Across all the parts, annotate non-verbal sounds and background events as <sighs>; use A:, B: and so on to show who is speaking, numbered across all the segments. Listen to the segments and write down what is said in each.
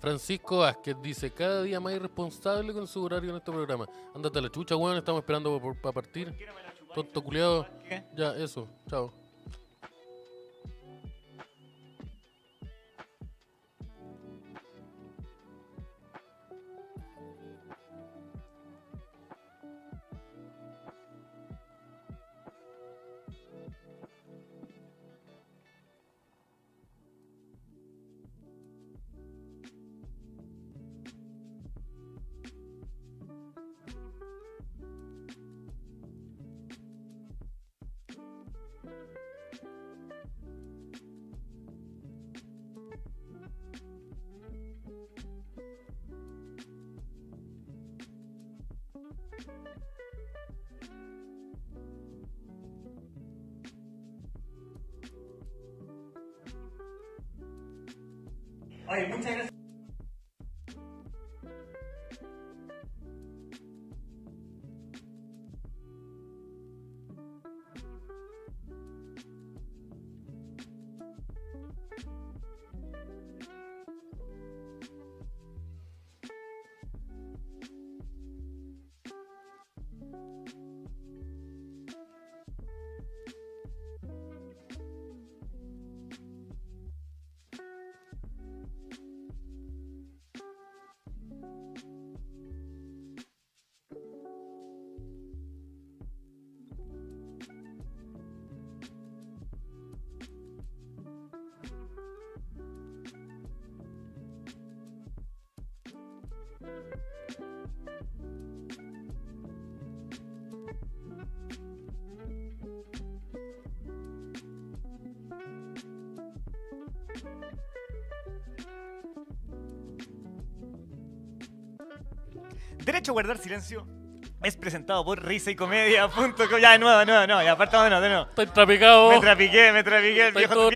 A: Francisco Vázquez dice, cada día más irresponsable con su horario en este programa. Ándate a la chucha, weón, estamos esperando para partir. Tonto culiado. Ya, eso. Chao.
B: Oye, muchas gracias. Derecho a guardar silencio es presentado por risaycomedia.com. Ya, de nuevo, de nuevo, no, ya, apartado de nuevo, de nuevo.
A: Estoy trapicado.
B: Me trapiqué, me trapiqué el
A: Estoy
B: viejo.
A: todo-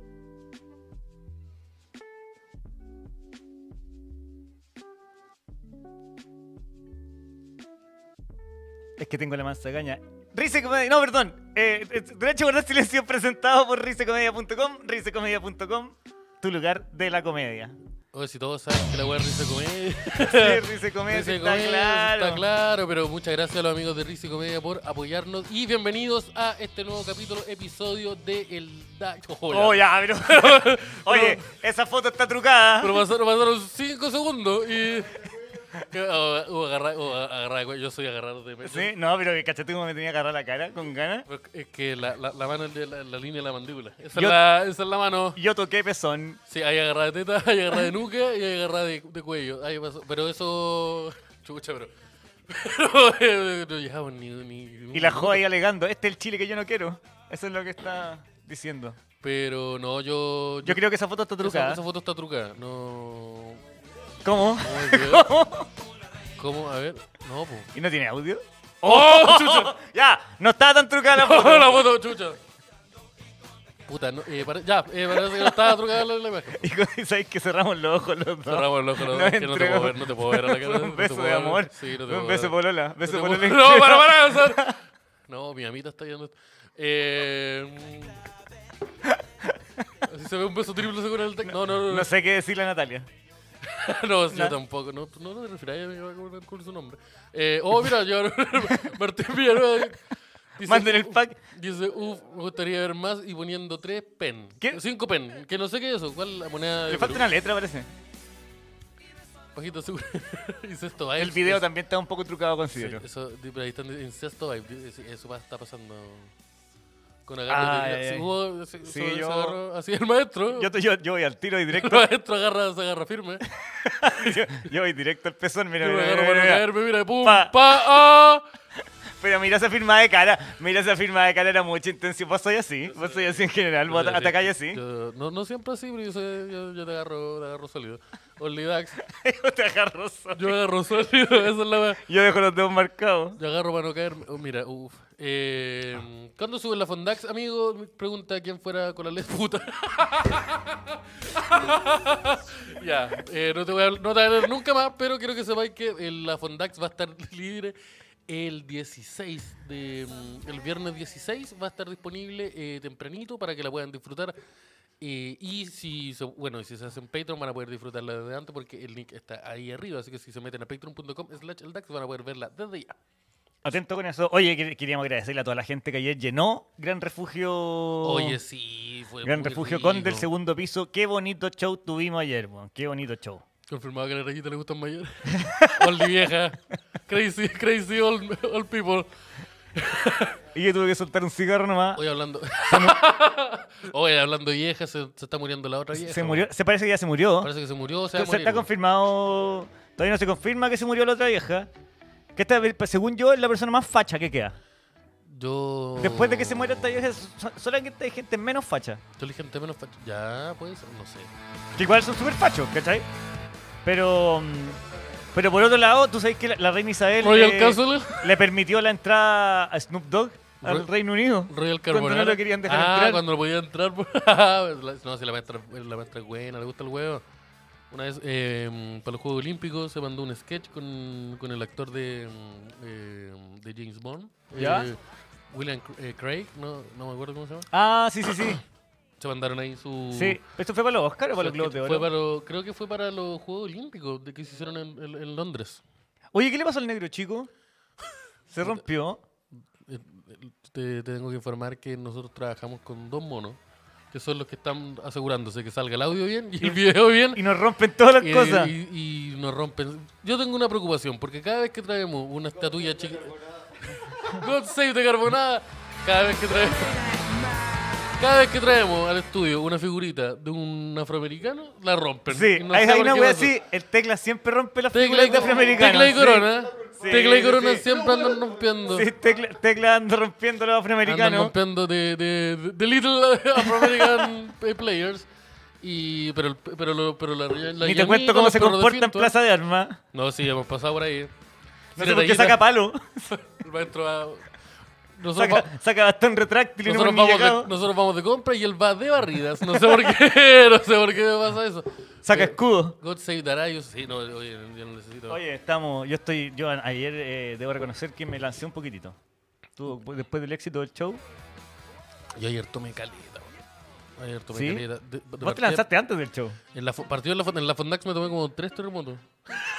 B: Es que tengo la mansa caña. Risa y Comedia. No, perdón. Eh, eh, Derecho a guardar silencio presentado por risecomedia.com. Risecomedia.com, tu lugar de
A: <laughs>
B: la comedia.
A: Oye, si todos saben que la weá risa comedia.
B: <laughs> Sí, Risecomedia,
A: Risa
B: sí,
A: y
B: está
A: Comedia, sí,
B: claro.
A: Está claro, pero muchas gracias a los amigos de Risa y Comedia por apoyarnos y bienvenidos a este nuevo capítulo, episodio de El Dacho.
B: Oh, ya,
A: <laughs>
B: pero. Oye, esa foto está trucada.
A: Pero pasaron, pasaron cinco segundos y. <laughs> Que- o- o agarra- o agarra- güey, yo soy agarrado de pecho.
B: Sí, no, pero cachate cómo me tenía que agarrar la cara con ganas.
A: Pero Es Pues, eh, que la, la, la mano es de la, la línea de la mandíbula. Esa,
B: Yo-
A: es la, esa es la mano.
B: Yo toqué pezón.
A: Sí, hay agarrada de teta, <laughs> hay agarrada de nuca y hay agarrada de, de cuello. Ahí pasó. Pero eso. <laughs> Chucha, pero. Pero eh, no llegamos ni, ni.
B: Y la joda ahí alegando, este es el Chile que yo no quiero. Eso es lo que está diciendo.
A: Pero no, yo.
B: Yo creo que esa foto está
A: esa-
B: trucada.
A: Esa, foto está trucada. No.
B: ¿Cómo? <laughs>
A: Ay, Dios. ¿Cómo? A ver. No, pues.
B: ¿Y no tiene audio?
A: ¡Oh! chucha!
B: ya, no estaba tan
A: <laughs>
B: trucada la foto.
A: la foto, chucha. Puta, no, eh, pare- ya, eh, parece que no estaba trucada la, la imagen.
B: Y con- sabéis que cerramos los ojos los dos.
A: Cerramos los ojos los dos,
B: Nos
A: que no te puedo
B: entregamos-
A: ver, no te puedo ver a la cara,
B: Fue
A: no
B: Un
A: te
B: beso
A: puedo
B: de
A: ver.
B: amor.
A: Sí, no te
B: Fue
A: puedo
B: Un beso
A: ver.
B: polola. Beso
A: No,
B: polola.
A: te- no,
B: <laughs>
A: para, para, o sea, No, mi amita está yendo. Eh, mm. Así se ve un beso triple según el tec. No, no, no.
B: No sé qué decirle a Natalia.
A: <laughs> No, yo
B: Na-
A: tampoco. No, no te refieras a mí, me va a acordar con su nombre. Eh, oh, mira, yo <laughs> Martín Villanueva. eh, dice-
B: Manden el pack.
A: Dice, uff, me gustaría ver más y poniendo tres pen.
B: ¿Qué?
A: Cinco pen. Que no sé qué es eso. ¿Cuál es la moneda? de
B: Le falta
A: Perú?
B: una letra, parece.
A: Pajito seguro. <laughs> Incesto Vibes.
B: El video
A: Es-
B: también está un poco trucado,
A: sí,
B: considero.
A: Eso, di- pero ahí están de Incesto Vibes. di- Eso va- está pasando con
B: Ah,
A: agarro. de-
B: ay,
A: si
B: ay.
A: hubo- si-
B: Sí,
A: se- se
B: yo-
A: agarró así el maestro. <laughs>
B: Yo, yo, yo voy al tiro y
A: el
B: directo.
A: <laughs> maestro agarra, se agarra firme.
B: yo, yo voy directo al pezón. Mira,
A: Yo me
B: mira,
A: agarro
B: mira,
A: para no
B: mira.
A: caerme, mira, pum, pa,
B: Pa.
A: ah.
B: Pero mira esa firma de cara, mira esa firma de cara, era mucha intención. Vos soy así, vos soy así en general, vos
A: Yo soy así.
B: atacáis así. <laughs>
A: Yo- no, no siempre así, pero yo, soy- yo- yo te agarro, te agarro sólido. Only Dax,
B: Yo te agarro solo.
A: yo agarro sólido, <laughs> esa es la wea.
B: Yo dejo los dedos marcados.
A: Yo agarro para no caerme. Oh, mira, uff. Eh, ¿Cuándo sube la Fondax, amigo? Me Pregunta quién fuera con la ley puta. <laughs> ya, eh, no te voy a no te voy a leer nunca más, pero quiero que sepáis que eh, la Fondax va a estar <laughs> libre el 16 de. mm, El viernes 16 va a estar disponible eh, tempranito para que la puedan disfrutar Eh, y si se, bueno, y si se hacen Patreon van a poder disfrutarla desde antes porque el link está ahí arriba, así que si se meten a patreon.com slash el DAX van a poder verla desde ya.
B: Atento con eso. Oye, quer- queríamos agradecerle a toda la gente que ayer llenó Gran Refugio.
A: Oye, sí, fue
B: Gran
A: muy
B: Refugio
A: rico.
B: con del segundo piso. Qué bonito show tuvimos ayer, weón. Qué bonito show.
A: Confirmado que a la rayita le gustan mayores. <laughs> Oldie vieja. Crazy, crazy old, old people.
B: Y yo tuve que soltar un cigarro nomás.
A: Hoy
B: <laughs>
A: hablando. Hoy hablando de vieja, se, se está muriendo la otra vieja.
B: se
A: weón.
B: murió. Se parece que ya se murió.
A: Parece que se murió, o
B: Se,
A: sea,
B: se está confirmado. Todavía no se confirma que se murió la otra vieja. Que esta, según yo, es la persona más facha que queda.
A: Yo.
B: Después de que se muera esta vieja, so- solamente hay gente menos facha.
A: Yo le dije gente menos facho. Ya, pues, no sé.
B: Que igual son súper fachos, ¿cachai? Pero. mm, Pero por otro lado, tú sabes que la, la reina Isabel
A: Royal
B: le,
A: Castle.
B: le permitió la entrada a Snoop Dogg al
A: Roy-
B: Reino Unido.
A: Royal
B: Cuando no
A: Carbonara.
B: lo querían dejar
A: ah,
B: entrar.
A: cuando no podía entrar. por- La- <laughs> no, si la maestra, la maestra es buena, le gusta el huevo. Una vez, eh, para los Juegos Olímpicos, se mandó un sketch con, con el actor de, mm, eh, de James Bond.
B: ¿Ya?
A: eh, William Cr- eh, Craig, no, no me acuerdo cómo se llama.
B: Ah, sí, sí, sí.
A: Se mandaron ahí su...
B: sí. ¿Esto fue para los Oscar o
A: su
B: para los Globos
A: sketch.
B: de Oro?
A: uh. Fue para lo- creo que fue para los Juegos Olímpicos de que se hicieron en, en- en Londres.
B: Oye, ¿qué le pasó al negro chico? Se rompió.
A: Eh, eh, Te, te tengo que informar que nosotros trabajamos con dos monos, que son los que están asegurándose que salga el audio bien y
B: <laughs>
A: el video bien.
B: Y nos rompen todas <laughs> las
A: Y,
B: cosas.
A: Eh, y- y nos rompen. Yo tengo una preocupación, porque cada vez que traemos una estatuilla chica. God save the carbonada. Cada vez que traemos. Cada vez que traemos al estudio una figurita de un afroamericano, la rompen.
B: Sí,
A: Y no
B: hay,
A: sé
B: hay
A: por
B: una
A: qué
B: wea
A: pasó.
B: así. El tecla siempre rompe las
A: Tecla
B: figuras
A: y,
B: de afroamericanos.
A: Tecla y
B: sí.
A: corona.
B: Sí,
A: tecla y corona
B: sí.
A: siempre andan rompiendo.
B: Sí, tecla, tecla anda rompiendo los
A: Andan
B: afroamericanos.
A: rompiendo de, de, de- de Little <laughs>
B: <laughs>
A: Afro-American Players. Y, pero, el- pero, lo- pero la, la
B: Ni te
A: Yanina,
B: cuento cómo
A: los
B: se
A: perros de
B: comporta en
A: Finto-
B: Plaza de Armas.
A: No, sí, hemos pasado por ahí.
B: No
A: Sí,
B: sé por qué
A: Rayita,
B: saca palo.
A: <laughs> el maestro va- Nosotros, va-
B: <laughs> Saca, saca bastón retráctil y no
A: nosotros
B: hemos ni
A: vamos
B: llegado.
A: de, nosotros vamos de compra y él va de barridas. No sé por qué, <laughs> no sé por qué me pasa eso.
B: Saca
A: Pero-
B: escudo.
A: God Save the Rayos. Sí, no, oye, yo no necesito.
B: Oye, estamos. Yo estoy. Yo a- ayer eh, debo reconocer que me lancé un poquitito. Tuvo- después del éxito del show.
A: Yo ayer tomé caleta. weón. Ayer tomé
B: ¿Sí?
A: caleta. De- de
B: Vos te
A: partida-
B: lanzaste antes del show.
A: En la, fo- partido en la, fo- en la Fondax me tomé como tres terremotos.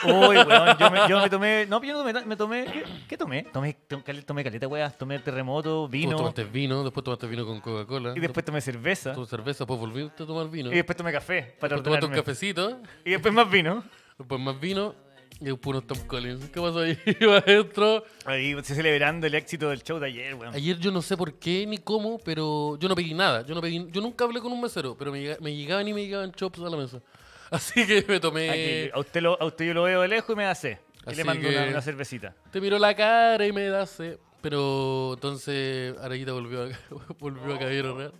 B: Uy, weón, yo me, yo me tomé. No, yo no tomé. ta- Me tomé ¿qué, qué tomé? Tomé, tom- cal- tomé caleta, weas. Tomé terremoto,
A: Tú
B: vino.
A: tomaste vino, después tomaste vino con Coca-Cola.
B: Y después tomé cerveza.
A: Tomaste cerveza, después volviste a tomar vino.
B: Y después tomé café para
A: después tomaste un
B: ordenarme.
A: cafecito.
B: Y después más vino.
A: Después más vino y un puro Tom Collins. ¿Qué pasó ahí, <laughs> maestro?
B: Ahí se celebrando el éxito del show de ayer, weón.
A: Ayer yo no sé por qué ni cómo, pero yo no pedí nada. Yo no pedí, yo nunca hablé con un mesero, pero me, llega- me llegaban y me llegaban chops a la mesa. <laughs> Así que me
B: Aquí,
A: tomé.
B: Ah, a, usted lo- a usted yo lo veo de lejos y me da sed. Y
A: Así
B: le mando una,
A: que-
B: una cervecita.
A: Te miró la cara y me da sed. Pero entonces Arayita volvió a, <laughs> volvió a caer real.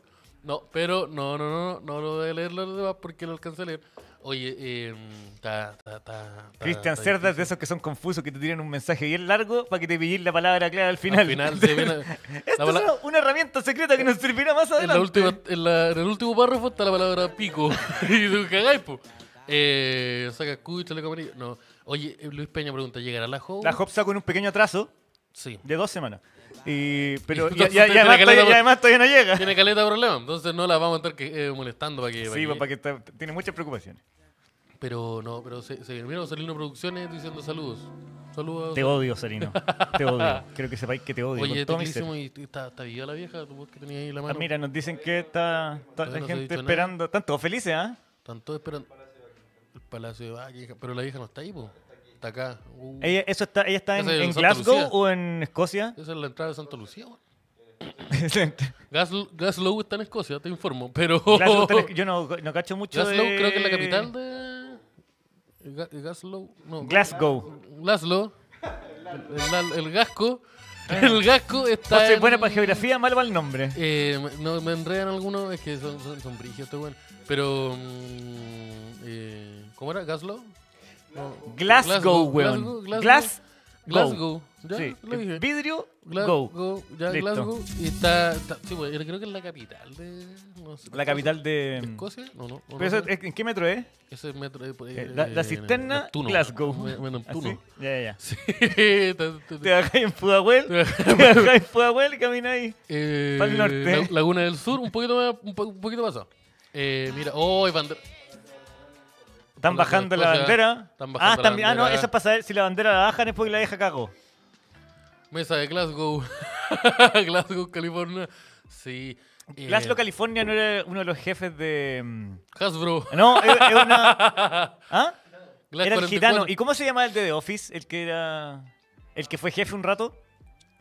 A: No, pero no, no, no, no, no lo voy a leer los demás porque lo alcancé a leer. Oye, eh, ta, ta, ta, ta,
B: Cristian
A: ta
B: Cerdas, de
A: difícil.
B: esos que son confusos, que te tiran un mensaje bien largo para que te pillen la palabra clara al final.
A: Al final se
B: <laughs>
A: viene. la
B: Esta
A: pala-
B: es una herramienta secreta que nos servirá más
A: en, la
B: adelante.
A: última, en, la- en el último párrafo está la palabra pico. <laughs> y tú cagáis, po. Eh, saca escudo y chaleco amarillo. No. Oye, eh, Luis Peña pregunta: ¿llegará la joven?
B: La Hop sacó en un pequeño atraso
A: Sí.
B: de dos semanas. Y,
A: <laughs>
B: pero,
A: Y
B: y, y-
A: entonces
B: y
A: tiene
B: además,
A: caleta
B: todavía,
A: por-
B: y además todavía no llega.
A: Tiene caleta de problema, entonces no la vamos a estar que- eh, molestando para que.
B: Sí, papá, que está- tiene muchas preocupaciones.
A: Pero no, pero se, se vinieron Salino Producciones diciendo saludos. Saludos.
B: Te odio, Sarino.
A: <laughs>
B: Te odio. Quiero que sepáis que te odio.
A: Oye,
B: con todo mi ser.
A: teclísimo, y y está, está viva la vieja, tú vos que tenías ahí la
B: Ah,
A: mano.
B: mira, nos dicen que está, está
A: Todavía
B: la
A: no se ha
B: gente
A: dicho nada.
B: esperando. Están todos felices, ¿ah?
A: Están todos esperando. El Palacio de Valle, hija. pero la vieja no está ahí, po. Está acá. Uh,
B: Ella, eso está, ¿Ella está en,
A: Esa es
B: en
A: en Santa
B: Glasgow
A: Lucía.
B: o en Escocia?
A: Esa es la entrada de Santa Lucía, weón.
B: <laughs>
A: <laughs> Gasl- Glasgow está en Escocia, te informo, pero... <laughs>
B: Glasgow, tal- yo no, no cacho mucho.
A: Oh. Glasgow
B: de-
A: creo que es la capital de... Ga- Glasgow, no.
B: Glasgow. <laughs>
A: Glasgow. El, el- el gasco. <laughs> El gasco está
B: No soy
A: en-
B: Ah. buena para geografía, malo para el nombre.
A: Eh, me- no, me enredan algunos, es que son, son, son brígidos estos weones. Pero... mm, eh, ¿Cómo era? ¿Gaslow? No,
B: Glasgow, weón. Glasgow.
A: Glasgow. Ya,
B: Sí.
A: lo dije.
B: Vidrio,
A: Glasgow,
B: go.
A: ya
B: Listo.
A: Glasgow. Y está, está- sí, güey, creo que es la capital de. no sé,
B: La capital de.
A: ¿Escocia? No, no. no,
B: Pero eso-
A: no sé.
B: ¿En qué metro es?
A: Ese metro. eh, por ahí,
B: Eh, la, la
A: eh,
B: cisterna,
A: Neptuno.
B: Glasgow.
A: Me- me-
B: Así.
A: Neptuno.
B: Ya, ya, ya.
A: Sí. <laughs> está- está-
B: <laughs> Te bajáis
A: <laughs>
B: en Pudahuel, te bajáis en Pudahuel y camináis.
A: eh,
B: pa'l norte.
A: la- Laguna del Sur, un poquito más, un po- un poquito más. Eh, mira, oh, hay bandera.
B: Están
A: Hablando de
B: bajando la
A: cosas,
B: bandera.
A: están bajando
B: ah,
A: la
B: están vi- ah, no,
A: bandera.
B: eso es para saber si la bandera la bajan es porque la deja cago.
A: Mesa de Glasgow. <laughs> Glasgow, California. Sí. eh,
B: Glasgow, California, no era uno de los jefes de. mm,
A: Hasbro.
B: No, es, es
A: <laughs>
B: una. ¿Ah?
A: Glass
B: Era el
A: 44.
B: gitano. ¿Y cómo se llamaba el de The Office? El que era. El que fue jefe un rato.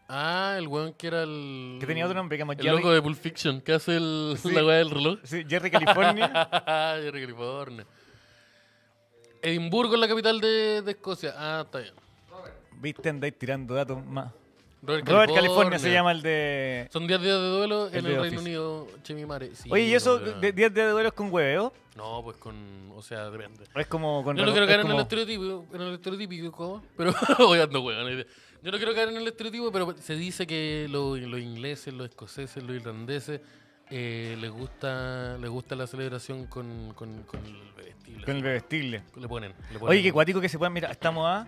A: Ah, el weón que era el.
B: Que tenía otro nombre, que llama
A: El
B: Jerry-
A: loco de Pulp Fiction, que hace el,
B: Sí.
A: <laughs> la weá del reloj.
B: Sí,
A: <laughs>
B: Jerry California.
A: Jerry California. Edimburgo es la capital de, de Escocia. Ah, está bien.
B: Viste, andáis tirando datos más.
A: Robert,
B: Robert California se llama el de.
A: Son 10 días de duelo en
B: El
A: el
B: de
A: Reino
B: Office.
A: Unido, Chemimare. Sí,
B: Oye, ¿y eso
A: no, yo no-
B: de 10 de duelos con hueveo?
A: No, pues con. O sea, depende.
B: ¿O es como con
A: Yo no
B: reloj-
A: quiero
B: es
A: caer en
B: como-
A: el estereotipo, en el estereotípico, pero <laughs> voy dando huevones. Yo no quiero caer en el estereotipo, pero se dice que lo- los, ingleses, los escoceses, los irlandeses eh, les gusta les gusta la celebración con, con, con el vestible.
B: Con el bebestible.
A: Le ponen, le ponen.
B: Oye, qué cuático que se puedan. Mira, estamos a.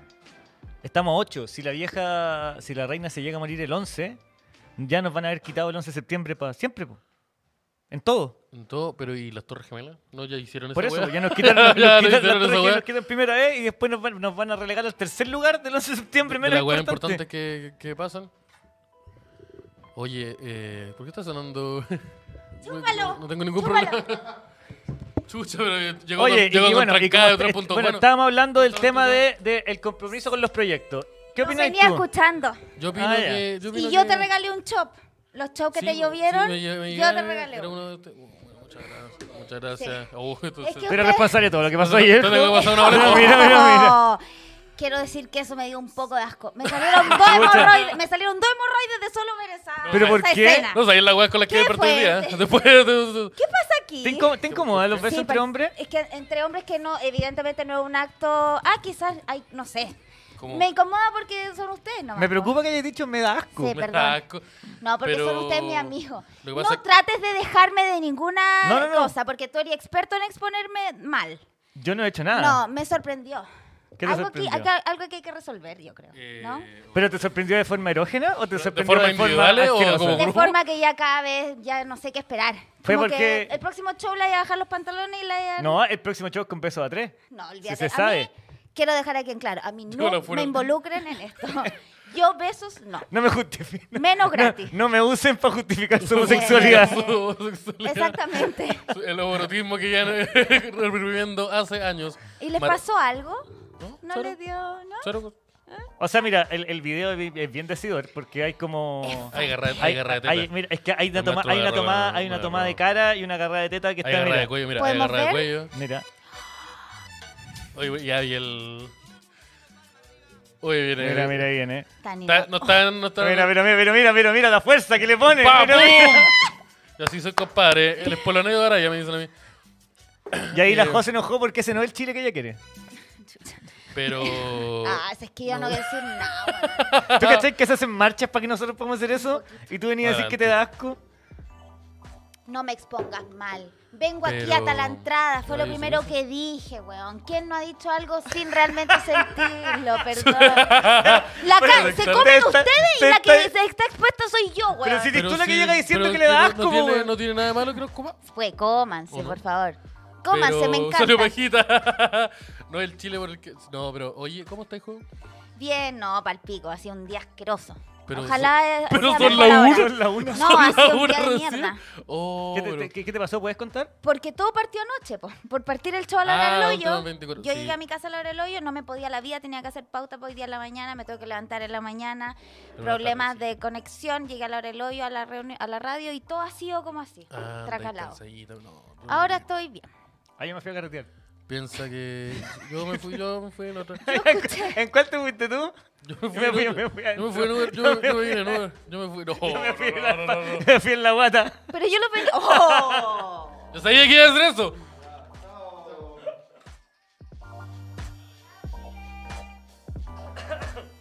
B: Estamos a 8. Si la vieja. Si la reina se llega a morir el 11, ya nos van a haber quitado el 11 de septiembre para siempre, po. En todo.
A: En todo, pero ¿y las Torres Gemelas? ¿No ya hicieron esa
B: Por eso,
A: hueá?
B: ya nos
A: <laughs>
B: quitaron, nos
A: Ya, no
B: quitaron
A: hicieron esa
B: las torres
A: hueá.
B: que nos quitaron primera vez y después nos van, nos van a relegar al tercer lugar del 11 de septiembre,
A: de
B: menos
A: las weas
B: importante.
A: importantes que, que pasan. Oye, eh, ¿por qué está sonando? <laughs>
C: Chúpalo,
A: No tengo ningún
C: chúpalo.
A: problema. <laughs> Chucha, pero llegó
B: Oye,
A: con, llegó
B: y,
A: con
B: y bueno, y
A: trancada de
B: como- <laughs>
A: tres
B: es-
A: puntos.
B: bueno,
A: Bueno,
B: estábamos hablando del
A: Punto
B: tema
A: bueno.
B: de, de el compromiso con los proyectos. ¿Qué
C: No
B: opinas
C: venía
B: tú?
C: escuchando.
A: yo opino
B: Ah, ya.
A: que. Yo opino
C: Y yo
A: que-
C: te regalé un chop. Los chops que
A: Sí,
C: te
A: sí,
C: llovieron,
A: me lle- me
C: yo te
A: llegaron,
C: regalé.
A: era
C: uno.
A: uno de ustedes. Bueno, muchas gracias. Muchas gracias. Oh, entonces-
C: que
B: Tú eres responsable de todo lo que pasó ayer.
A: Entonces, tengo que
B: <laughs>
A: pasar una hora y media.
B: Mira, mira, mira.
C: <laughs> Oh, Quiero decir que eso me dio un poco de asco. Me salieron dos hemorroides, me salieron dos hemorroides de solo ver esa,
B: ¿Pero por
C: esa
B: qué?
C: escena.
A: No sabía la weá con la que
C: Qué
A: desperté hoy día.
C: fuerte.
A: <laughs> Después. de- de- de-
C: ¿Qué pasa aquí?
B: ¿Te, inco- te incomoda los besos
C: Sí,
B: entre
C: pa-
B: hombres?
C: Es que entre hombres que no, evidentemente no es un acto. Ah, quizás, ay, no sé.
A: como-
C: Me incomoda porque son ustedes, ¿no?
B: Me preocupa que hayas dicho me da asco.
A: me
C: Sí, perdón.
A: da asco.
C: No, porque
A: Pero-
C: son ustedes mis amigos.
A: Lo
C: No
A: que pasa es-
C: trates de dejarme de ninguna
B: No, no, no.
C: cosa, porque tú eres experto en exponerme mal.
B: Yo no he hecho nada.
C: No, me sorprendió.
B: Ah. ¿Qué te
C: algo,
B: sorprendió?
C: Que, acá- algo que hay que resolver, yo creo. ¿no?
A: Eh,
B: ¿Pero te sorprendió de forma erógena o te sorprendió
A: forma
B: de forma,
A: individual, eh, o
B: asquerosa?
A: como-
C: De forma que ya cada vez ya no sé qué esperar.
B: Fue
C: Como
B: porque-
C: que el próximo show la voy a bajar los pantalones y la voy
B: <laughs>
C: a-
B: No, el próximo show es con peso a tres.
C: No,
B: Si
C: olvídate.
B: se
C: A mí,
B: sabe.
C: quiero dejar aquí en claro, a mí
A: <laughs> Yo
C: no
A: lo juro.
C: me involucren
A: <laughs>
C: en esto. Yo besos, no.
B: No me justifiquen.
C: Menos
B: <laughs> No-
C: gratis.
B: No, me usen para justificar
C: <laughs>
B: su homosexualidad.
C: Eh,
A: su <laughs> homosexualidad.
C: Exactamente.
A: El oborotismo que ya <laughs> reprimiendo hace años.
C: ¿Y les
A: Mar-
C: pasó algo?
A: ¿No? pues.
C: ¿No
A: Cero.
C: les dio? ¿No?
A: Cero.
B: O sea, mira, el, el video es es bien decidor porque hay como...
A: Hay garra- hay garra de teta.
B: hay- mira, es que hay una,
A: El maestro
B: toma- hay una
A: agarró la-
B: tomada, hay una
A: agarró.
B: tomada de cara y una agarrada de teta que
A: Hay
B: está...
A: agarrada
B: Mira,
A: de cuello, mira, hay
C: ¿Podemos
A: agarrada de
C: ver?
A: cuello.
B: mira.
A: Oye, güey, ya vi el. Oye, viene.
B: Mira, mira, ahí viene.
C: Tan
A: Está- no están, no están.
B: Mira, mira, mira, mira, mira, mira, mira la fuerza que le pone.
A: ¡Pa,
B: mira, mira.
A: pum! Yo así soy compadre. El espoloneo ahora ya me dicen a mí.
B: Y ahí la
A: Mira.
B: José se enojó porque ese no es el Chile que ella quiere.
A: Pero.
C: Ah, si es que yo no voy a decir nada. weón.
B: ¿Tú cachai que se hacen marchas para que nosotros podamos hacer eso? Y tú venías a decir que te da asco.
C: No me expongas mal. Vengo aquí
A: Pero-
C: atalantrada, fue
A: pero
C: lo
A: dicen
C: primero
A: eso.
C: que dije, weón. ¿Quién no ha dicho algo sin realmente sentirlo? Perdón. La
B: Pero-
C: ca- se
B: pero
C: comen
B: te está-
C: ustedes y
B: te
C: la que
B: está-
C: se está expuesta soy yo, weón.
B: Pero si
A: pero
B: tú la que
A: sí,
B: llega diciendo
A: pero
B: que le da
A: no-
B: asco,
A: No tiene,
B: weón.
A: no tiene nada de malo que nos comamos.
C: Pues cómanse,
A: Ujú.
C: por favor. Cómanse,
A: Pero
C: me
A: Salió
C: encanta.
A: pajita. <laughs> no el chile por el que. No, pero oye, ¿cómo estáis, hijo?
C: Bien, no, palpico, ha sido un día asqueroso.
A: Pero
C: Ojalá. eh,
A: pero
C: sea
A: son
C: mejor
A: la
C: ahora.
A: una.
B: Son la
A: <laughs>
B: una.
C: No, ha sido un
A: Ahora
C: día de
A: recién.
C: mierda.
A: Oh,
B: ¿Qué te-
A: pero-
B: te- ¿Qué te pasó? ¿Puedes contar?
C: Porque todo partió anoche, po. por partir el show a la hora
A: Ah,
C: del
A: otra
C: hoyo.
A: 24,
C: yo
A: sí.
C: llegué a mi casa a la hora del hoyo, no me podía la vida, tenía que hacer pauta para hoy día en la mañana, me tengo que levantar en la mañana,
A: Pero
C: problemas
A: una tarde,
C: de conexión, llegué a la hora del hoyo, a la, reuni- a la radio y todo ha sido como así,
A: Ah,
C: tracalado.
A: estáis cansadita, no, no.
C: Ahora estoy bien.
B: Ah, yo me fui a carretear.
A: Piensa que. Yo me fui, yo me fui en otra.
B: ¿En cuál te fuiste tú?
A: Yo me
B: me
A: fui,
B: fui,
A: en
B: me
A: Uber.
B: fui
A: Yo me fui en
B: adentro.
A: Uber, yo
B: Yo
A: me-
B: me
A: yo me
B: fui
A: vine en
B: en-
A: Uber. Yo me fui. No,
B: Yo me fui,
A: no,
B: en,
A: no,
B: la,
A: no, no, no.
B: me fui en la guata.
C: Pero yo lo pensé... ¡Oh!
A: Yo sabía que iba a hacer eso.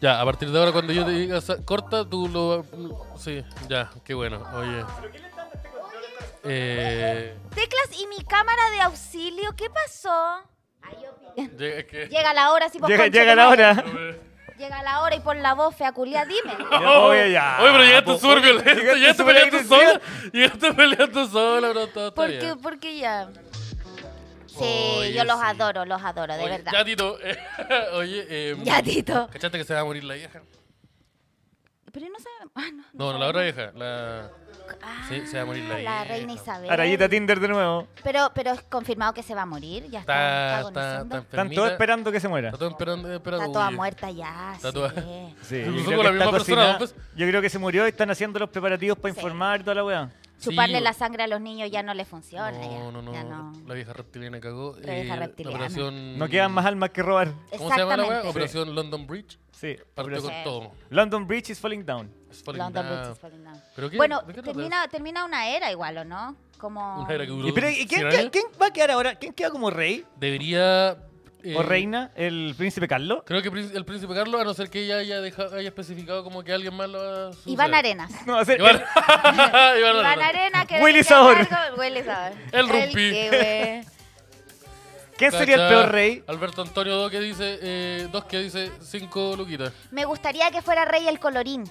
A: Ya, a partir de ahora cuando yo te diga sa- corta, tú lo... Sí, ya, qué bueno, oye. Eh,
C: Teclas y mi cámara de auxilio, ¿qué pasó? Ay, yo-
A: llega- es que...
C: Llega la hora, sí, pues,
B: Llega,
C: concha
B: llega
C: tu
B: la
C: madre.
B: hora.
A: Pero
C: Llega la hora y por la voz feaculía, dime.
B: Oye, ya.
A: Oye, pero llegaste
B: pues,
A: súper
B: oye,
A: violento,
B: llegaste
A: llegaste
B: súper
A: peleando
B: agresiva.
A: sola. Llegaste peleando sola, bro. Todo, está
C: Porque,
A: bien.
C: porque ya. Sí,
A: Oye,
C: yo los
A: sí.
C: adoro, los adoro, de
A: Oye,
C: verdad.
A: Ya, Tito. <laughs> oye, eh,
C: Ya, Tito.
A: ¿cachaste que se va a morir la vieja?
C: Pero no sabemos. Ah, no,
A: No, no, la otra vieja. La...
C: Ah,
A: Sí, se va a morir la vieja.
C: reina Isabel.
B: Arayita Tinder de nuevo.
C: Pero, pero es confirmado que se va a morir. Ya
A: Está, está,
C: está. Está,
A: está
C: agonizando.
B: Están
A: enfermita.
B: todos esperando que se muera.
A: Está todo esperando. esperando
C: Está toda
A: uy.
C: muerta ya.
A: Está
C: sí. <laughs>
A: toda-
B: Sí,
A: Incluso
B: yo creo
A: con la
B: que está
A: misma persona,
B: cocinada.
A: pues.
B: Yo creo que se murió y están haciendo los preparativos para
C: Sí.
B: informar y toda la weá.
C: Chuparle
A: Sí.
C: la sangre a los niños ya no le funciona. ya,
A: No, no, no,
C: ya no.
A: La vieja reptiliana cagó. Eh,
C: La vieja reptiliana.
A: operación...
B: No quedan más almas que robar.
A: ¿Cómo se llama la weá?
C: Exactamente.
A: Operación London Bridge.
B: Sí.
A: Partió con
C: Sí.
A: todo.
B: London Bridge is falling down.
A: Es falling
C: London
A: down.
C: Bridge is falling down.
A: ¿Pero qué?
C: Bueno,
A: ¿De qué trata
C: termina, termina una era igual, ¿o no?
A: eso?
C: Como...
A: Una era que duró
B: ¿Y, pero, ¿y quién,
A: 100
B: queda-
A: años.
B: quién va a quedar ahora? ¿Quién queda como rey
A: Debería...
B: o
A: eh,
B: reina? ¿El príncipe Carlos? <laughs>
A: Creo que prín- el príncipe Carlos, a no ser que ella haya, deja- haya especificado como que alguien más lo va a suceder.
C: Iván Arenas.
B: No, va a ser
A: Iván, <laughs>
B: <laughs> el-
A: Iván
C: Iván
A: Arenas.
C: Arena que
B: Willy
C: que
B: Sabor.
C: algo- Willy Sabor.
A: El Rumpi.
C: que, güey.
B: ¿Quién sería el
A: Cacha,
B: peor rey?
A: Alberto Antonio Dos que dice, eh, dos que dice cinco luquitas.
C: Me gustaría que fuera rey el colorín.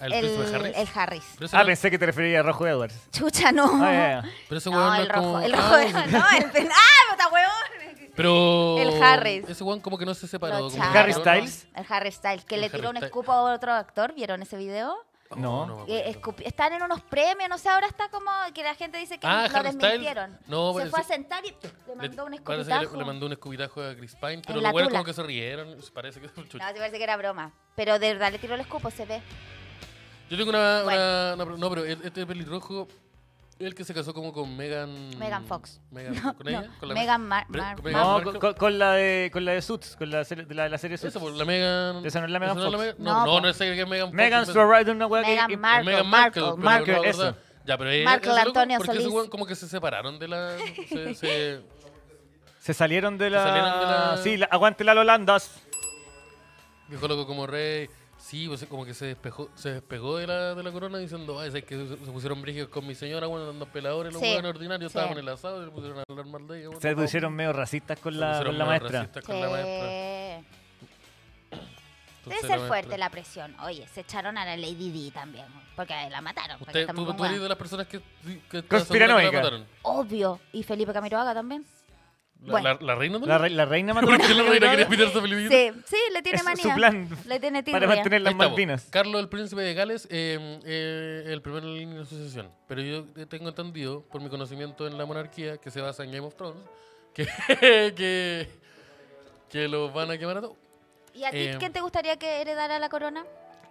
A: Ah, El, príncipe Harry.
C: el Harris.
A: Pero ese
B: Ah,
A: no-
B: pensé que te refería a Rojo Edwards.
C: Chucha, no.
B: Ah,
A: <laughs>
B: ya, ya.
A: pero ese weón
C: No,
A: Este no
C: el
A: es
C: rojo.
A: como-
C: El
A: Ah,
C: rojo. <laughs> No, el pen- ¡Ah, puta huevón!
A: Pero.
C: <laughs> El Harris.
A: Ese weón como que no se separó. como
C: Lo
A: que-
C: echaron.
B: Harry Styles.
C: El Harry Styles, que
A: El
C: le
A: Harry
C: tiró un
A: Styles. Oh,
C: escupo a otro actor. ¿Vieron ese video?
B: No.
A: no,
C: Eh, escupi- Están en unos premios, no sé, ahora está como que la gente dice que
A: Ah,
C: lo
A: Harry Styles.
C: desmintieron.
A: No,
C: Se
A: parece-
C: fue a sentar y le
A: Le-
C: mandó un
A: parece que
C: escupitajo.
A: le, le mandó un escupitajo a Chris Pine, pero
C: En
A: los
C: la
A: weones
C: tula.
A: como que se rieron. Parece que.
C: No, sí parece que era broma. Pero de verdad le tiró el escupo, se ve.
A: Yo tengo una.
C: Bueno.
A: una- una- no, pero el- este pelirrojo. El que se casó como con Megan.
C: Megan Fox.
A: Megan, ¿Con
C: <laughs> no,
A: ella? ¿Con la
C: Megan Mar-
A: Pre-
C: Mar-
A: Megan
B: No,
A: Markle.
B: con, con- con la de, con la de Suits, con la, serie- de la, la serie Suits.
A: Esa, pues, la Megan.
B: Esa no es la Megan Fox.
A: Megan-
C: No, pues.
A: No, no,
C: po.
A: no es esa que es Megan Fox.
B: Megan
A: pero-
B: Strawrider, una weá
C: Megan
B: que... im-
A: es
C: Markle,
A: Megan
C: Markle,
A: Markle. pero
B: Markle,
A: no me
B: eso.
A: acordaba. Ya, pero es-
C: Markle
A: ese loco,
C: Antonio
A: Porque ese
C: Solís.
A: weón como que se separaron de la. se- se, <laughs>
B: Se salieron de la...
A: salieron de la-
B: Sí, la... aguante la Lolandas.
A: Viejo loco como rey. Sí, pues como que se despejó, se despegó de la, de la corona diciendo, ay, es que se, se pusieron brígidos con mi señora, bueno, dando peladores, los
C: Sí,
A: hueones ordinarios,
C: sí.
A: estaban en el asado y le pusieron a hablar mal de ella. bueno,
B: Se
A: no,
B: pusieron medio racistas
A: Oh. se
B: con la,
A: pusieron
B: con la
A: medio
B: maestra.
A: racistas
C: Sí.
A: con la maestra.
C: Debe
A: Entonces,
C: ser
A: la
C: fuerte
A: maestra-
C: la presión. Oye, se echaron a la Lady Di también, porque la mataron. porque
A: Usted,
C: está
A: tú,
C: muy
A: tú eres
C: buena.
A: de las personas que, que está segura que
B: Conspiranoica.
A: la mataron.
C: Obvio. Y Felipe Camiroaga también.
A: ¿La,
C: Bueno.
A: la- la reina no?
B: La,
C: <laughs>
B: re- la reina mató
A: <laughs> ¿Por qué la reina quería
B: Lolandas
A: pitarse a Felipe?
C: Sí, sí, le tiene
B: Es su
C: manía.
B: plan
C: Le tiene
B: para
C: tirria.
B: mantener las
A: Ahí estamos.
B: Malvinas.
A: Carlos, el príncipe de Gales, eh, eh, el primero en la línea de sucesión. Pero yo eh, tengo entendido, por mi conocimiento en la monarquía, que se basa en Game of Thrones, que, <laughs> que, que los van a quemar a todos.
C: ¿Y a ti
A: Eh,
C: quién te gustaría que heredara la corona?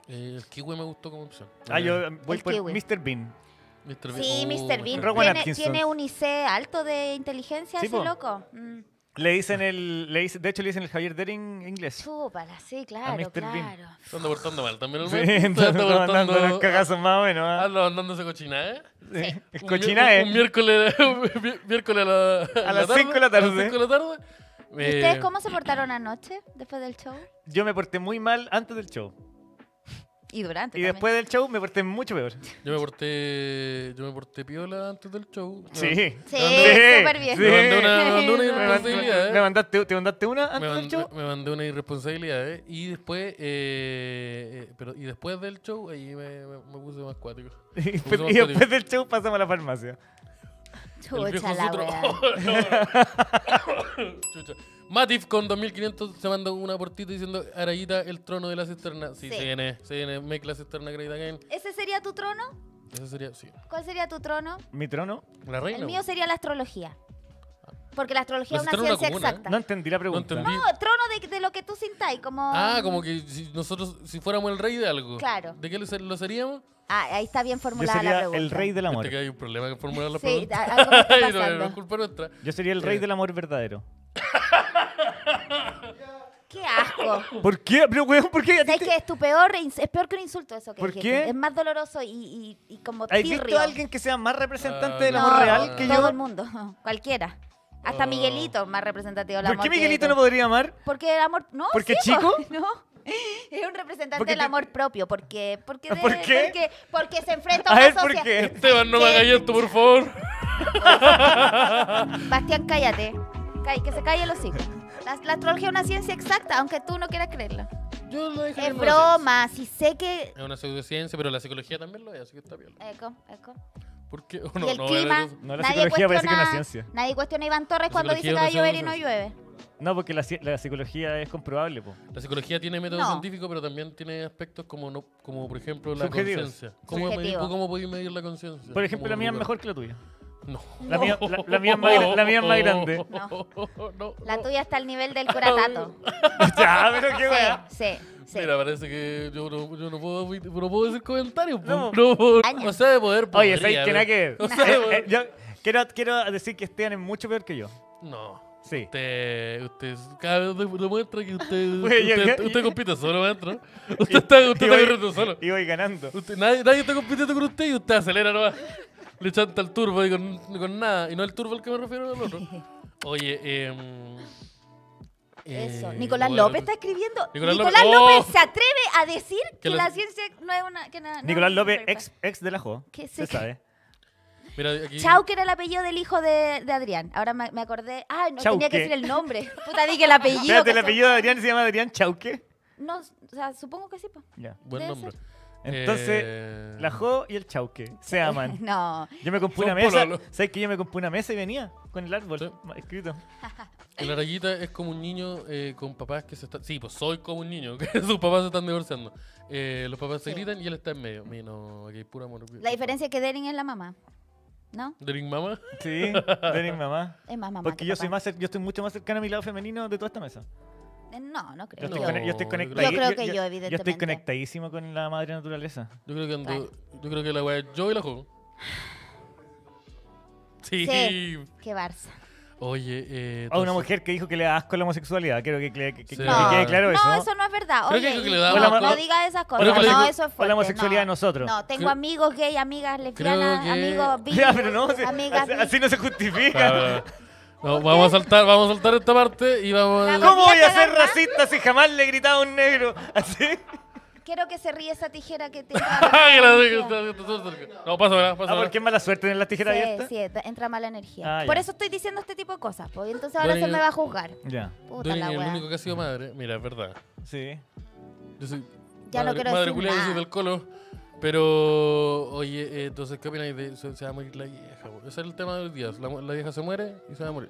A: Eh, el kiwi me gustó como opción.
B: Ah, yo eh, voy
C: El
B: por
C: kiwi.
B: Mr. Bean.
A: Mr. Bean.
C: Sí,
A: Oh,
C: Mr. Bean
B: Rowan
C: tiene,
B: Atkinson.
C: tiene un IC alto de inteligencia,
B: Sí,
C: ese
B: po.
C: loco. Mm,
B: Le dicen el... Le dicen, de hecho, le dicen el Javier Dering inglés.
C: chúpala, sí, claro,
B: Mr. Bean.
C: claro.
A: Se anda portando mal también el
B: Sí,
A: Bean. Se
B: <laughs> entonces
A: anda
B: estamos
A: portando-
B: dando los cagazos más o menos.
A: Ah,
B: ¿ah?
A: Anda mandándose cochina, ¿eh?
B: Sí. Es
A: Un mi-
B: cochina,
A: Un, un
B: ¿eh?
A: miércoles, <laughs> un mi- miércoles a, la,
B: A las cinco de la
A: A
B: tarde.
A: las 5 de la tarde.
C: ¿Y
A: Eh,
C: ustedes cómo se portaron anoche, después del show?
B: Yo me porté muy mal antes del show.
C: Y durante
B: Y
C: también.
B: después del show me porté mucho peor.
A: Yo me porté, yo me porté piola antes del show.
B: Sí.
C: Sí,
B: Sí,
C: súper bien.
B: sí.
A: Me mandé una, me mandé una
B: Me,
C: Me
B: mandó-
A: irresponsabilidad.
B: me
A: eh.
B: mandaste, ¿Te mandaste una
A: Me
B: antes del
A: mandé,
B: show?
A: me mandé una irresponsabilidad, eh. Y después, eh, eh, pero, y después del show, ahí me, me, me puse más cuático.
B: <laughs> Y,
A: Me puse más
B: y después
A: cuático.
B: del show pasamos a la farmacia.
A: El viejo
C: Chucha la
A: sutro.
C: wea.
A: <laughs> Chucha. Matif con 2500 se manda una portita diciendo Arayita, el trono de la cisterna. Sí,
C: Sí.
A: se viene, se viene, make la cisterna great again.
C: ¿Ese sería tu trono?
A: Eso sería, sí.
C: ¿Cuál sería tu trono?
B: ¿Mi trono?
A: La reina.
C: El mío sería la astrología. Porque la astrología
A: La
C: es una
A: cisterna es una
C: ciencia
A: comuna, ¿eh?
C: exacta.
B: No entendí la pregunta.
A: entendí.
C: No, trono de, de lo que tú sintáis, como...
A: Ah, como que si nosotros, si fuéramos el rey de algo.
C: Claro.
A: ¿De qué lo ser- lo seríamos?
C: Ah, ahí está bien
B: Yo
C: formulada la
B: sería
C: pregunta.
B: el rey del amor.
A: Viste que hay un problema con formular las
C: Sí,
A: preguntas.
C: a-
A: <laughs>
C: algo me está
A: Y no,
C: pasando.
A: no es culpa nuestra.
B: Yo sería el
A: Eh.
B: rey del amor verdadero.
C: ¡Qué
B: <laughs>
C: asco!
B: ¿Por qué? Pero, weón, ¿por qué? ¿A ti
C: ¿Sabes
B: te-
C: que es tu peor, ins- es peor que un insulto eso que
B: ¿Por
C: dijiste?
B: qué?
C: Es más doloroso y, y, y como
B: ¿Has
C: tirrio.
B: visto a alguien que sea más representante
A: Ah,
B: del
A: no.
B: amor
A: No,
B: real que
C: Todo el
B: yo?
C: mundo, <laughs> cualquiera. Hasta
A: No.
C: Miguelito es más representativo del amor.
B: ¿Por qué
C: que-
B: Miguelito no podría amar?
C: Porque el amor... No,
B: ¿Porque
C: sí, po,
B: chico?
C: <laughs> No. Es un representante
B: Porque
C: del
B: te-
C: amor propio. Porque, porque, de-
B: ¿Por qué?
C: Porque, porque se enfrenta a
B: A
C: una
B: ver, ¿por
C: sociedad...
B: qué?
A: Esteban, no me hagas esto, por favor.
C: Bastián, cállate. Cay- que se calle el hocico. La, la astrología es una ciencia exacta, aunque tú no quieras creerla.
A: Yo la dejaría
C: Es
A: en una ciencia.
C: broma, si sé que.
A: Es una pseudociencia, pero la psicología también lo es, así que está bien.
C: Eco, eco.
A: ¿Por qué? Oh,
C: y
A: No,
C: el
A: no,
C: clima.
A: era-
B: No, la
C: nadie
B: psicología parece que es una
C: cuestiona-
B: ciencia.
C: Nadie cuestiona a Iván Torres
A: La
C: cuando dice que
A: psicología
C: va a
A: es una
C: llover y no llueve.
B: No, porque la, ci- la psicología es comprobable, po.
A: La psicología tiene método
C: No.
A: científico, pero también tiene aspectos como, no, como por ejemplo, la
B: Subjetivos.
A: conciencia. ¿Cómo,
C: Subjetivo.
A: medir- ¿Cómo podéis medir la conciencia?
B: Por ejemplo,
A: ¿Cómo
B: la mía es
A: lugar?
B: mejor que la tuya.
A: No.
B: La mía, la, la mía, es, más, gra- la mía es más grande.
A: <laughs> No.
C: La tuya está al nivel del curatato.
B: <laughs> ya, pero qué weá.
C: sí, sí, sí.
A: Mira, parece que yo no, yo no, puedo, no puedo decir comentarios. pues.
B: No.
A: No, puedo-
C: Años.
A: o sea, de poder.
B: Oye,
A: podría,
B: ¿sabes que
A: pero-
B: nada que ver?
A: O sea,
B: <laughs>
A: de
B: Eh, eh,
A: poder-
B: yo quiero, quiero decir que Esteban es mucho peor que yo.
A: No.
B: Sí.
A: Usted, usted cada vez dem- demuestra que
B: <laughs>
A: usted,
B: Güey, yo-
A: usted,
B: yo-
A: usted compite solo,
B: <laughs>
A: maestro. Usted está, usted
B: Y
A: está
B: voy-
A: corriendo solo.
B: Y voy ganando.
A: Usted- nadie, nadie está compitiendo con usted y usted acelera nomás. Le chanta el turbo y con, con nada. Y no el turbo al que me refiero al
B: <laughs>
A: otro. Oye, eh,
C: Eso.
A: eh,
C: Nicolás
A: bueno,
C: López está escribiendo.
A: Nicolás
C: Nicolás,
A: López-
C: López
A: ¡Oh!
C: se atreve a decir que
A: lo-
C: la ciencia no es una. Que na- no
B: Nicolás
C: es
B: López,
C: perfecta.
B: ex, ex de la JO.
C: ¿Qué
B: Se
C: sé? <laughs>
B: sabe.
A: Mira, aquí,
C: Chau, que era el apellido del hijo de, de Adrián. Ahora me, me acordé. Ah, no tenía
B: Chauque.
C: que decir el nombre. <laughs> Puta, dije el apellido.
B: Espérate, el
C: ¿cachai?
B: apellido de Adrián se llama Adrián Chauque.
C: No, o sea, supongo que sí, pues.
B: Ya.
A: Buen
C: debe
A: nombre.
B: Entonces,
A: Eh,
B: la JO y el Chauque
C: <laughs>
B: se aman.
C: <laughs> No.
B: Yo me compré
A: Son
B: una mesa.
A: pololo.
B: ¿Sabes que yo me compré una mesa y venía con el árbol
A: Sí. <laughs>
B: ma- escrito?
A: La rayita es como un niño eh, con papás que se están. Sí, pues soy como un niño, <laughs> que sus papás se están divorciando. Eh, los papás se
C: Sí.
A: gritan y él está en medio. Mira, no, aquí hay pura amor.
C: La diferencia es que Derin es la mamá. ¿No?
A: ¿De mi mamá?
B: Sí, de mi mamá.
C: Es más mamá.
B: Porque
C: que
B: yo
C: papá.
B: soy más, cer- yo estoy mucho más cercano a mi lado femenino de toda esta mesa.
C: Eh, No, no
B: Yo
C: creo.
B: estoy,
A: No,
B: conec- yo estoy
A: yo
B: conectadi-
C: creo que yo,
B: Yo estoy
C: evidentemente.
B: conectadísimo con la madre naturaleza.
A: Yo creo que ando-
C: Claro.
A: Yo creo que la wea es yo y la
C: <sighs>
A: juego. Sí.
C: Sí. Qué Barça.
A: Oye, eh.
B: A Oh, una
A: entonces-
B: mujer que dijo que le da asco la homosexualidad. Quiero que, que- que- que
A: Sí.
C: No,
B: quede claro eso.
C: no, no es verdad.
A: Creo que
C: Oye,
A: es que
C: y
A: le da
C: no,
B: más-
C: no digas esas cosas.
A: Creo que le-
C: no, eso es fuerte.
B: o la homosexualidad
C: no.
B: a nosotros.
C: No, tengo
A: Creo-
C: amigos gay, amigas lesbianas,
A: que-
C: amigos bi,
B: <laughs> <laughs> Ya, pero no, si-
C: amigas
B: así,
C: bi.
B: así no se
A: Ah,
B: justifica.
A: bueno. No, vamos a saltar, vamos a saltar esta parte y vamos a.
C: La-
B: ¿Cómo voy a ser
C: ¿Podría
B: racista si jamás le he gritado a un negro? <laughs> ¿Así?
C: Quiero que se ríe esa tijera
B: <laughs>
C: que te
A: <laughs> Ay, la- No, pasa, ¿verdad? Pasa,
B: Ah, porque es mala suerte tener las tijeras
C: Sí,
B: abiertas.
C: sí, da- entra mala energía.
B: Ah, ya.
C: Por eso estoy diciendo este tipo de cosas. Porque entonces ahora
A: Bueno,
C: se
A: yo-
C: me va a juzgar.
B: Ya,
C: Puta la
A: el
C: wea.
A: único que ha sido madre. Mira, es verdad.
B: sí.
A: Yo soy
C: Ya no
A: madre,
C: quiero
A: madre
C: decir
A: culiada, yo soy
C: nada.
A: del colo. Pero, oye, eh, entonces, ¿qué opináis de se, se va a morir la vieja? bo. Ese es el tema del día. La, mu- la vieja se muere y se va a morir.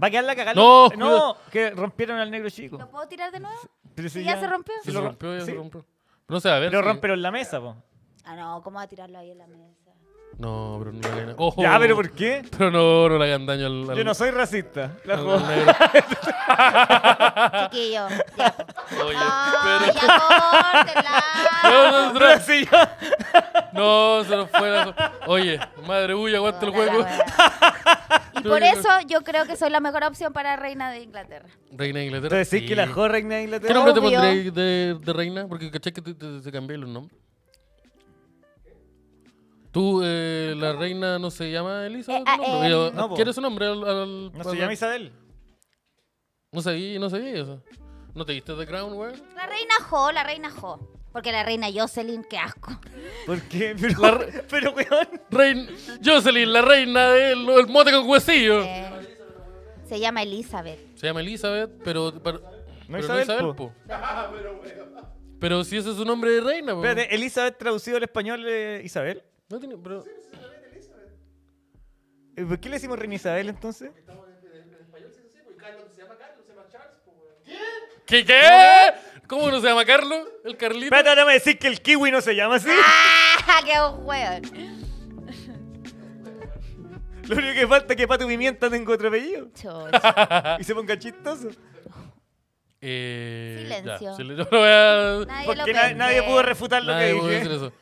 B: ¿Va a quedar la cagada?
A: No,
B: no, que rompieron al negro chico.
C: ¿Lo puedo tirar de nuevo?
B: Pero
C: ¿Y ya se rompió?
A: Se,
B: lo rom-
A: rompió, ya
B: sí.
A: se rompió. Pero no se va a ver.
B: Pero
A: sí.
B: rompieron la mesa, po.
C: Ah, no, ¿cómo va a tirarlo ahí en la mesa?
B: <laughs>
A: No, pero no le hagan- Ojo.
B: Ya, pero ¿por qué?
A: Pero no, no le hagan daño al. al
B: Yo no soy racista. La
A: al-
B: juego.
A: al negro.
C: Chiquillo. Ya. <laughs>
A: Oye,
C: No,
A: pero.
C: Ah, ya córtela.
A: No, no,
B: <laughs> Pero
A: no,
B: si yo-
A: no, se nos fue la- Oye, madre uy, aguanta el
C: Puta la
A: juego. <laughs>
C: wea. Y
A: Yo
C: por
A: creo-
C: eso yo creo que soy la mejor opción para reina de Inglaterra.
A: Reina de Inglaterra.
B: Entonces decís que la
A: sí.
B: jo reina de
A: ¿Qué
B: Inglaterra.
A: nombre te
C: Obvio.
A: pondréis de, de reina? Porque caché que te, te- te cambié los nombres. Tú, eh, la reina no se llama Elisa.
C: Eh,
A: ¿Tu
C: ah,
A: nombre?
C: eh,
A: Yo-
B: No, po.
A: ¿Qué era su nombre? Al, al-
B: ¿No se
A: al-
B: llama Isabel?
A: No sabía, no sabía eso. ¿No te diste The Crown, weón?
C: La reina Jo, la reina Jo. Porque la reina Jocelyn, qué asco.
B: ¿Por qué? <laughs> Pero,
A: La re-
B: pero weón.
A: Rein... Jocelyn, la reina del el mote con huesillo.
C: Eh, se llama Elizabeth. <laughs>
A: Se llama Elizabeth, pero... pero- pero
B: Isabel, po.
A: po. Pero si ese es su nombre de reina, po.
B: Espérate, Elizabeth traducido al español, eh, Isabel.
A: No tiene- pero-
B: Eh, ¿Por qué le decimos reina Isabel entonces?
A: ¿Qué, qué? ¿Cómo no se llama Carlos? ¿El Carlito?
B: Espérate, ahora me decís que el kiwi no se llama así.
C: ¡Ah! ¡Qué hueón!
B: <laughs> Lo único que falta es que Pato Pimienta tenga otro apellido
C: Chuch.
B: <laughs>
A: Ah.
B: y se ponga chistoso.
A: Eh,
C: Silencio.
A: silen- <laughs> yo no voy a-
C: Nadie lo
B: Porque na-
C: vende.
B: nadie pudo refutar
A: <laughs>
B: lo
A: nadie puede
B: que
A: decir
B: dije.
A: eso.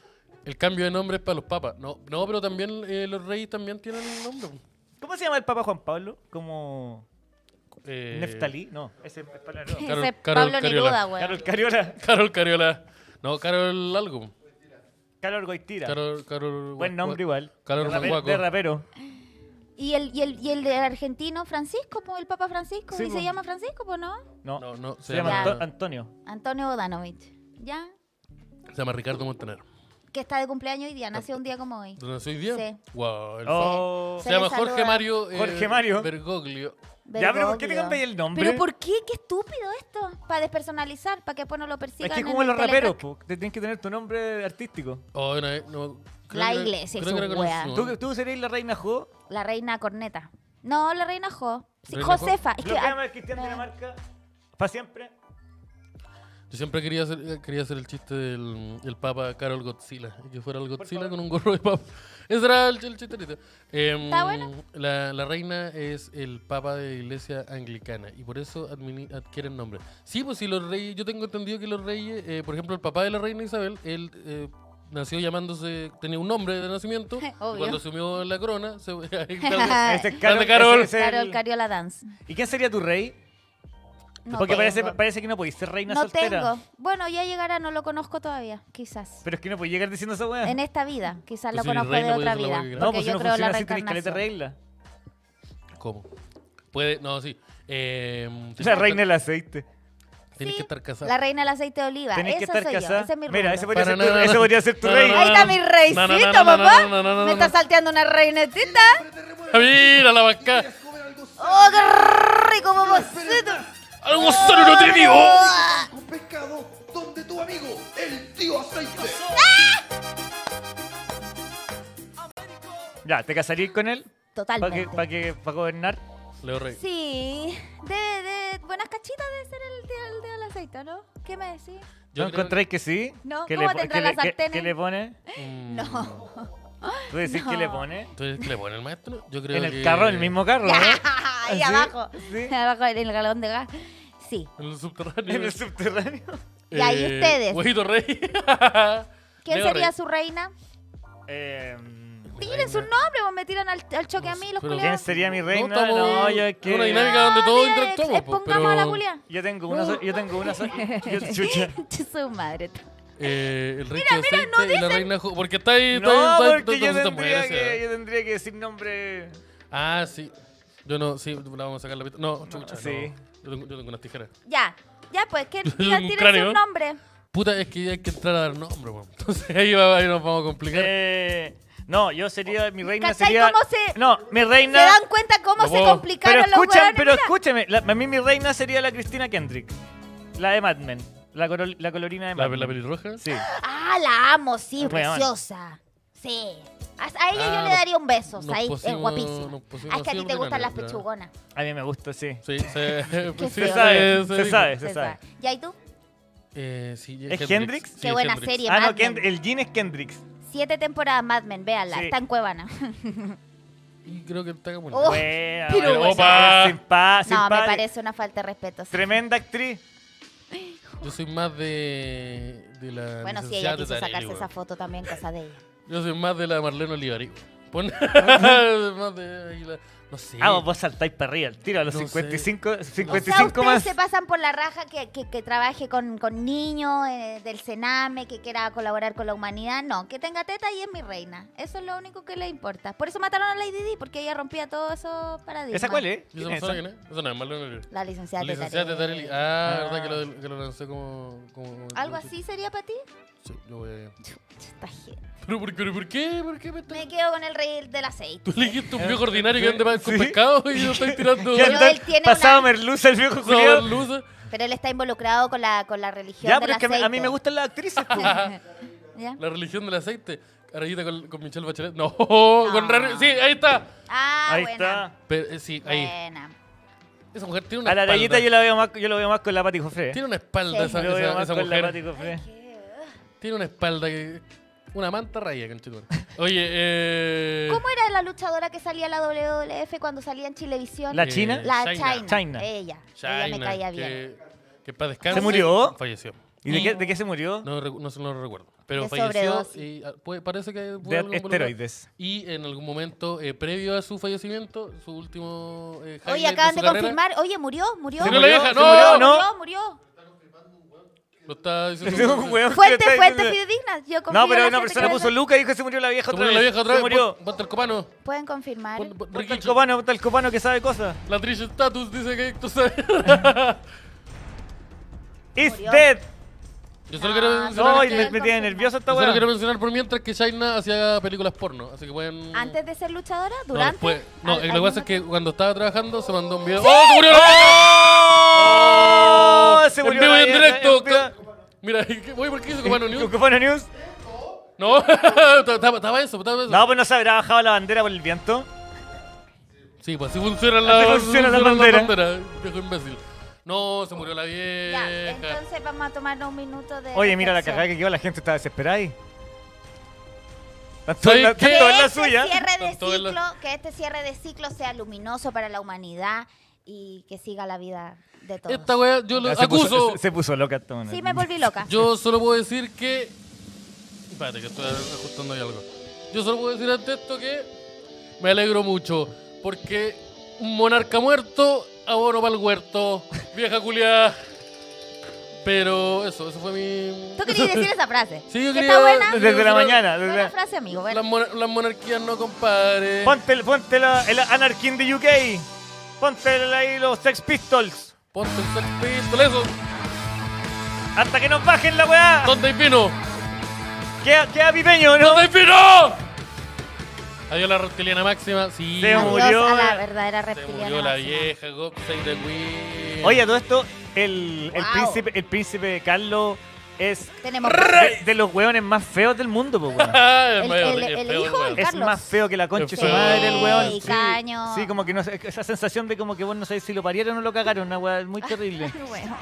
A: El cambio de nombre es para los papas. No, no pero también eh, los reyes también tienen nombre.
B: ¿Cómo se llama el Papa Juan Pablo? Como
A: Eh,
B: Neftalí, no, ese es para
C: <laughs>
B: no.
A: Carol-
C: Ese es
A: Carol
C: Pablo
A: Cariola.
C: Neruda, weón.
B: Carol Cariola,
A: Carol Cariola. No, Carol algo.
B: Carol Goitira.
A: Carol, Carol,
B: Buen nombre igual.
A: Carol
B: de, rape-
A: Manguaco.
B: de rapero.
C: ¿Y el, y, el, y el de argentino Francisco, po, el Papa Francisco.
B: Sí,
C: ¿Y
B: po.
C: se llama Francisco, po, no?
B: No,
A: No, no, se,
B: se llama
A: llama,
B: Anto- Antonio.
C: Antonio Bodanovich. ¿Ya?
A: se llama Ricardo Montaner.
C: Que está de cumpleaños hoy día, nació un día como hoy.
A: ¿Dónde soy día?
C: Sí.
A: Wow, el-
B: Oh.
A: Se
C: Se
A: llama
C: le saluda.
A: Jorge Mario, eh,
B: Jorge Mario.
A: Bergoglio.
B: Ya, pero ¿por qué le
C: Bergoglio.
B: cambiáis el nombre?
C: ¿Pero por qué? Qué estúpido esto. Para despersonalizar, para que después no lo persigan.
B: Es que es
C: en
B: como
C: el
B: los
C: Teletrack.
B: raperos, po, te tienes que tener tu nombre artístico.
A: Oh, una vez, no, creo
C: La
A: que era-
C: iglesia y
A: creo que
C: su
A: era con
C: wea.
A: su-
B: ¿Tú, tú serías la reina Jo.
C: La reina Corneta. No, la reina Jo. Sí,
A: ¿Reina Jo?
C: Josefa. Es que,
B: Bloqueame al
C: ah,
B: Cristian
C: eh.
B: de Dinamarca. Para siempre.
A: Yo siempre quería hacer, eh, quería hacer el chiste del el Papa Carol Godzilla. Que fuera el Godzilla con un gorro de papa. <laughs> Ese era el, ch- el chiste ahorita. Em,
C: Está bueno.
A: La, la reina es el Papa de la Iglesia Anglicana y por eso admini- adquieren nombre. Sí, pues si los reyes, yo tengo entendido que los reyes, eh, por ejemplo, el papá de la reina Isabel, él eh, nació llamándose, tenía un nombre de nacimiento. y
C: <laughs> Obvio.
A: cuando asumió la corona, se. ahí
C: Ah, <laughs>
A: está-
B: Ese es
A: grande Carol.
B: ese- ese es el-
C: Carol Cariola Dance.
B: ¿Y quién sería tu rey?
C: No
B: Porque parece,
C: tengo.
B: parece que no podéis ser reina
C: No
B: soltera.
C: tengo. Bueno, ya llegará, no lo conozco todavía, quizás.
B: Pero es que no podéis llegar diciendo esa weá.
C: En esta vida, quizás
A: Pues
C: lo
A: si
C: conozco
A: reina
C: de
A: puede
C: otra
A: ser la
C: vida.
A: hueá que
B: No,
C: porque
B: pues si
C: yo
B: no
C: creo
B: funciona
C: la
B: así, tenéis caleta de
C: reencarnación.
B: regla.
A: ¿Cómo? Puede, no, sí. Em,
B: La reina del aceite.
A: Tienes
C: Sí,
A: que estar casado.
C: La reina del aceite de oliva.
B: Tenéis que
C: Eso
B: estar
C: soy
B: casada.
C: yo. Ese es mi
B: Mira,
C: rubro.
B: ese podría,
A: Para
B: ser, tu,
A: nada.
B: ese podría ser tu
A: No, no,
B: rey.
A: no,
C: Ahí está mi
A: No,
C: reycito,
A: no, no, no,
C: papá.
A: no, no, no, no,
C: Me está
A: no.
C: salteando una reinetita.
A: Mira la vaca.
C: ¡Oh, qué rico, papacito!
A: Algo solo nutritivo.
D: un pescado donde tu amigo, el tío aceite.
B: Ya, ¿te casarías con él? ¿Para que,
C: Totalmente.
B: pa que, pa gobernar?
A: Leo Rey.
C: Sí. De, de buenas cachitas debe ser el día, el día del aceite, ¿no? ¿Qué me decís?
A: Yo
B: ¿No
A: creo-
B: encontráis que sí?
C: No,
B: ¿Qué
C: ¿cómo
B: po-
C: tendrá
B: qué
C: las
B: qué-
C: sartenes?
B: qué le pone?
A: Mm,
C: No.
B: ¿Tú decís que le pone?
A: Entonces, ¿qué le pone el maestro? Yo creo
B: En
A: que-
B: el carro, en el mismo carro, ¿no?
C: Ahí
B: ¿Sí?
C: abajo.
B: ¿Sí?
C: Abajo en el galón de gas. Sí.
A: En el subterráneo.
B: En el subterráneo.
C: Y ahí ustedes.
A: Huejito Rey.
C: <laughs> ¿Quién
A: Leo
C: sería
A: Rey.
C: su reina?
B: Eh,
C: Tiren su nombre, vos me tiran al, al choque a mí, los
A: pero-
B: ¿Quién
C: culiados.
B: sería mi
A: No,
B: reina?
A: estamos-
B: No, yo es que...
A: Una dinámica donde todos
C: mira,
A: interactuamos. po,
C: expongamos
A: pero,
C: a la culia.
B: Yo tengo una sola... Yo tengo
C: <laughs>
B: una sola... yo- Chucha.
C: su madre.
A: eh, el rey de aceite y la reina jo- Porque está ahí. está ahí-
B: No,
A: está ahí-
B: porque
A: está-
B: yo
A: está- está-
B: tendría
A: está-
B: que, yo tendría que decir nombre...
A: Ah, sí. Yo no, sí, la vamos a sacar la pita. No, chucha,
B: sí.
A: no. Yo tengo, yo tengo unas tijeras.
C: Ya, ya pues,
A: <laughs>
C: ¿qué
A: Un
C: digan, tiren
A: cráneo.
C: su nombre?
A: Puta, es que hay que entrar a dar nombre, po. <laughs> Entonces ahí, va, ahí nos vamos a complicar.
B: Eh, no, yo sería... Mi reina
C: ¿Cachai
B: sería...
C: cómo se-
B: No, mi
C: ¿Se
B: reina...
C: dan cuenta cómo
A: No
C: se
A: puedo.
B: Pero,
C: complicaron los
B: escucha-
C: hueones?
B: pero
C: Mira,
B: escúchame, la- a mí mi reina sería la Cristina Kendrick. La de Mad Men. La, coro- la colorina de Mad
A: La,
B: Men.
A: la pelirroja.
B: <laughs> Sí.
C: Ah, la amo, sí,
B: Weón.
C: preciosa. Sí. A, a ella
A: Ah, pues
C: yo le daría un beso,
A: nos
C: ahí es
A: pusimos-
C: guapísima.
A: nos pusimos
C: Ah, es que a ti
A: así
C: te gustan las
A: ordenadas, ya.
C: pechugonas.
B: A mí me gusta, sí.
A: Sí, se,
C: Qué
A: sí,
C: feo.
B: Se sabe, se
A: dijo.
B: sabe, se
C: Se
B: sabe.
C: sabe. ¿Ya pues, y tú?
A: Eh, sí,
B: ¿Es Hendrix?
A: sí,
C: Qué
A: es
C: buena
A: Hendrix.
C: serie,
B: Ah, no,
C: Mad Men.
B: Kend- el jean es Kendrick.
C: Siete temporadas Mad Men, véanla,
B: Sí.
C: está en Cuevana.
A: Y creo que el Taca
C: Oh,
B: Wea,
C: pero
B: wea,
A: bueno.
B: wea, sin pa- sin
C: <laughs> No, me
B: pa-
C: parece una falta de respeto. sí.
B: Tremenda actriz.
A: Yo soy más de, de la.
C: Bueno, si
A: licenciada
C: ella quiso
A: Tarelli,
C: sacarse
A: weón.
C: esa foto también, cosa de ella.
A: Yo soy más de la Marlene Olivari.
B: <laughs>
A: Pon... <laughs> más de ahí la- No sé.
B: Ah, vos saltáis para arriba, al tiro a los
A: No sé.
B: 55,
C: O sea,
B: 55
C: ustedes
B: Pues, más.
C: se pasan por la raja que, que- que trabaje con, con niños eh, del Sename, que quiera colaborar con la humanidad. No, que tenga teta y es mi reina. Eso es lo único que le importa. Por eso mataron a Lady Di, porque ella rompía todo eso paradigmas.
B: ¿Esa cuál eh?
A: ¿Y
B: es?
A: esa
B: ¿Quién es
A: persona
B: esa?
A: quién es? ¿eh? Eso no es Marlene Olivari.
C: La licenciada,
A: Licenciada
C: Tetarelli.
A: Tarelli. Ah, pues.
B: Ah.
A: verdad que lo, que lo lancé como, como.
C: ¿Algo así sería para ti?
A: Sí, yo voy a. <laughs>
C: Esta gente.
A: ¿Pero por, pero por qué? ¿Por qué me estás.?
C: Me quedo con el rey del aceite.
A: Tú elegiste un viejo ordinario que
B: Sí.
A: anda con pescado y yo estoy
B: <laughs>
A: tirando.
B: ¿Qué
C: Pero
A: <laughs>
B: anda-
C: él tiene
B: Pasado
C: una-
B: merluza el viejo
A: Sábado
B: Julián.
A: luces.
C: Pero él está involucrado con la, con la religión
B: Ya,
C: del
B: pero es que a mí- a mí
C: aceite.
B: me gustan las actrices. po.
C: ¿Ya?
A: La religión del aceite. Arayita con, con Michelle Bachelet. No, con Rari- Sí, ahí está.
C: Ah,
B: Ahí
C: buena.
B: está.
A: Pero, eh, sí, ahí.
C: Buena.
A: Esa mujer tiene una
B: A la
A: espalda.
B: rayita yo la veo más, yo lo veo más con la Pati Jofre.
A: Tiene una espalda
C: Sí.
A: esa,
B: Yo lo veo
A: esa,
B: más
A: esa
B: con la
A: mujer.
B: Pati Jofre.
A: Eh. Tiene una espalda que. Una manta raya, conchetumare. Oye, eh.
C: ¿Cómo era la luchadora que salía a la WWF cuando salía en Chilevisión?
B: La china.
C: La
A: eh, Shaina.
C: China.
B: China.
C: Ella. ella me
A: Shaina,
C: caía bien.
A: que, que para descanso.
B: ¿Se murió?
A: Falleció.
B: ¿Y de qué, de qué se murió?
A: No, recu- no, se- no lo recuerdo. Pero
C: De
A: falleció
C: sobredosis.
A: y ah, puede- parece que... fue
B: De
A: algo involucrado.
B: esteroides.
A: Y en algún momento, eh, previo a su fallecimiento, su último... Eh,
C: Oye,
A: highlight
C: acaban
A: su
C: de,
A: carrera,
C: confirmar. Oye, murió, murió.
A: ¿Se murió
B: murió
A: la vieja?
B: ¿Se
A: ¡No!
B: murió?
C: murió, murió.
A: Lo está diciendo...
B: Tengo un <laughs> weón que
C: Fuente,
B: está diciendo-
C: fuente fidedigna. Yo confío
B: No,
C: en
B: pero
C: la
B: una
C: gente
B: persona
C: que
B: puso
C: lo-
B: Luca y dijo que se murió la vieja
A: Se
B: otra
A: murió
B: vez.
A: la vieja otra vez.
B: Se murió.
A: Pon- Ponte el copano.
C: Pueden confirmar.
A: Pon- pon-
B: Ponte el
A: Ricky,
B: copano, ponte el copano que sabe cosas.
A: la Trish
B: <laughs>
A: Status dice que Héctor sabe...
B: Is
C: Murió.
B: dead.
A: Yo solo quiero
C: No,
A: mencionar,
B: No, y
A: que-
B: me, me tiene nerviosa esta
A: yo solo
B: weá.
A: quiero mencionar por mientras que Shaina hacía películas porno, así que pueden...
C: ¿Antes de ser luchadora?
A: No,
C: ¿Durante?
A: después- no,
C: ¿Al-
A: lo que
C: algún
A: pasa es que cuando estaba trabajando se mandó un video...
C: ¡Sí!
A: ¡Oh, se murió la
B: ¡Oh! Se
A: En
B: murió
A: vivo
B: la
A: y en
B: vieja,
A: directo.
B: en vivo.
A: Mira, <laughs> ¿qué- oye, ¿por qué
B: <laughs>
A: hizo Copano News?
B: ¿Copano News?
A: No, <laughs> estaba estaba eso, estaba eso.
B: No, pues no se habrá bajado la bandera por el viento.
A: Sí, pues así funcionan las
B: Así funcionan las banderas.
A: Viejo imbécil. No, se murió la
C: Ya,
A: vieja.
C: entonces vamos a tomarnos un minuto de.
B: Oye, mira la cagada
C: reflexión.
B: que quedó, la gente está desesperada ahí. Tanto
A: ¿Sabes
B: en la,
A: qué?
B: tanto en la suya.
C: este Cierre de
A: Con todo el-
C: ciclo, que este cierre de ciclo sea luminoso para la humanidad y que siga la vida de todos.
A: Esta wea yo lo
B: Ya se puso-
A: acuso.
B: se- se puso loca esta una.
C: Sí, me volví loca.
A: Yo solo puedo decir que. Espérate, que estoy ajustando ahí algo. Yo solo puedo decir ante esto que me alegro mucho. Porque un monarca muerto, abono para el huerto. Vieja culiada. Pero eso, eso fue mi.
C: Tú querías decir esa frase.
A: Sí, yo
C: ¿Que
A: quería-
C: Está buena.
A: desde
B: Desde la
A: Yo-
B: mañana. desde-
C: Buena frase, amigo. buena.
A: Las, monar- las monarquías no comparen.
B: Ponte, el- ponte la, el Anarchy in the UK. Ponte el- ahí los Sex Pistols.
A: Ponte el Sex Pistol, eso.
B: Hasta que nos bajen la weá.
A: ¿Dónde hay pino?
B: Queda, queda pipeño, ¿no?
A: ¡Dónde hay pino! Adiós la reptiliana máxima. Sí.
B: Se
C: Adiós
B: murió
C: a la
B: la-
C: verdadera
A: Se
C: reptiliana.
A: murió la
C: máxima.
A: vieja, God Save the Queen. <laughs>
B: Oye, todo esto, el, el
C: Wow.
B: príncipe, el príncipe Carlos es
C: Tenemos.
B: de, de los weones más feos del mundo, po, weón.
A: el,
C: el- el- el hijo del
B: Es
C: Carlos.
B: más feo que la concha de
A: Es
B: su
A: feo.
B: madre, el weón.
C: Sí, caño.
B: Sí, como que no, esa sensación de como que vos no sabés si lo parieron o lo cagaron, una weá muy terrible.
A: <laughs>
C: Bueno.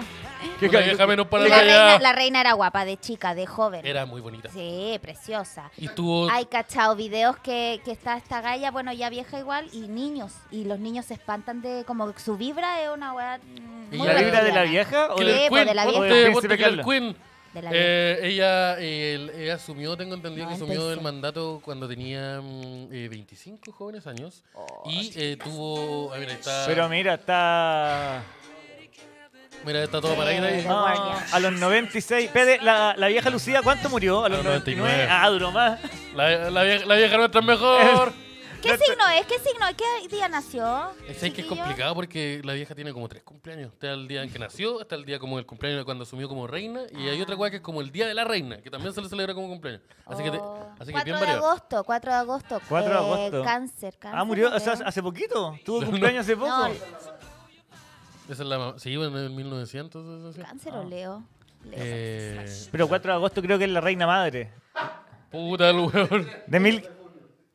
B: Que-
A: Una vieja menos para
C: La
A: la
C: reina,
A: allá.
C: la reina era guapa, de chica, de joven.
A: Era muy bonita.
C: Sí, preciosa.
A: Y tuvo.
C: Hay cachao videos que, que está esta galla, bueno, ya vieja igual, y niños. Y los niños se espantan de como que su vibra es una weá. mm,
A: Y
C: muy
B: ¿La vibra de la
C: reptiliana.
B: vieja? o
C: Sí,
A: Killer
B: de-
C: po,
A: Queen.
C: de la
A: ponte-
B: vieja. Del
A: ponte
B: príncipe
A: Killer
B: Carlos.
A: Queen.
C: De la vieja.
A: Eh, ella, eh, el- ella asumió, tengo entendido que asumió
C: 96.
A: el mandato cuando tenía mm, eh, 25 jóvenes años.
C: Oh,
A: y eh, tuvo. ah, mira, ahí está.
B: Pero mira, está...
A: mira, está todo para ir ahí.
C: Ah,
B: Ah, a los 96. Pede, la, la vieja Lucía, ¿cuánto murió? A los
A: A los
B: 99.
A: 99.
B: Ah, duró más.
A: La, la vieja, la vieja nuestra es
B: <laughs>
A: mejor.
C: ¿Qué signo es? ¿Qué signo es? ¿Qué día nació?
A: Es ahí que es
C: chiquillo?
A: complicado porque la vieja tiene como tres cumpleaños. Está el día en que nació, está el día como el cumpleaños cuando asumió como reina, y hay otra weá que es como el día de la reina, que también se le celebra como cumpleaños. Así que, te-
C: Oh.
A: así que
C: 4
A: bien
C: de
A: variado.
C: agosto, 4 de agosto.
B: 4 de
C: eh,
B: agosto.
C: Cáncer, cáncer.
B: Ah, murió
C: yo
B: o sea,
C: creo.
B: hace poquito. Tuvo
A: No.
B: cumpleaños hace poco.
C: No,
A: Esa es la ma- Sí, bueno, en 1900. eso sí.
C: cáncer o Leo. Leo.
A: Ah. Eh,
B: Pero 4 de agosto creo que es la reina madre.
A: puta el weón.
B: De mil...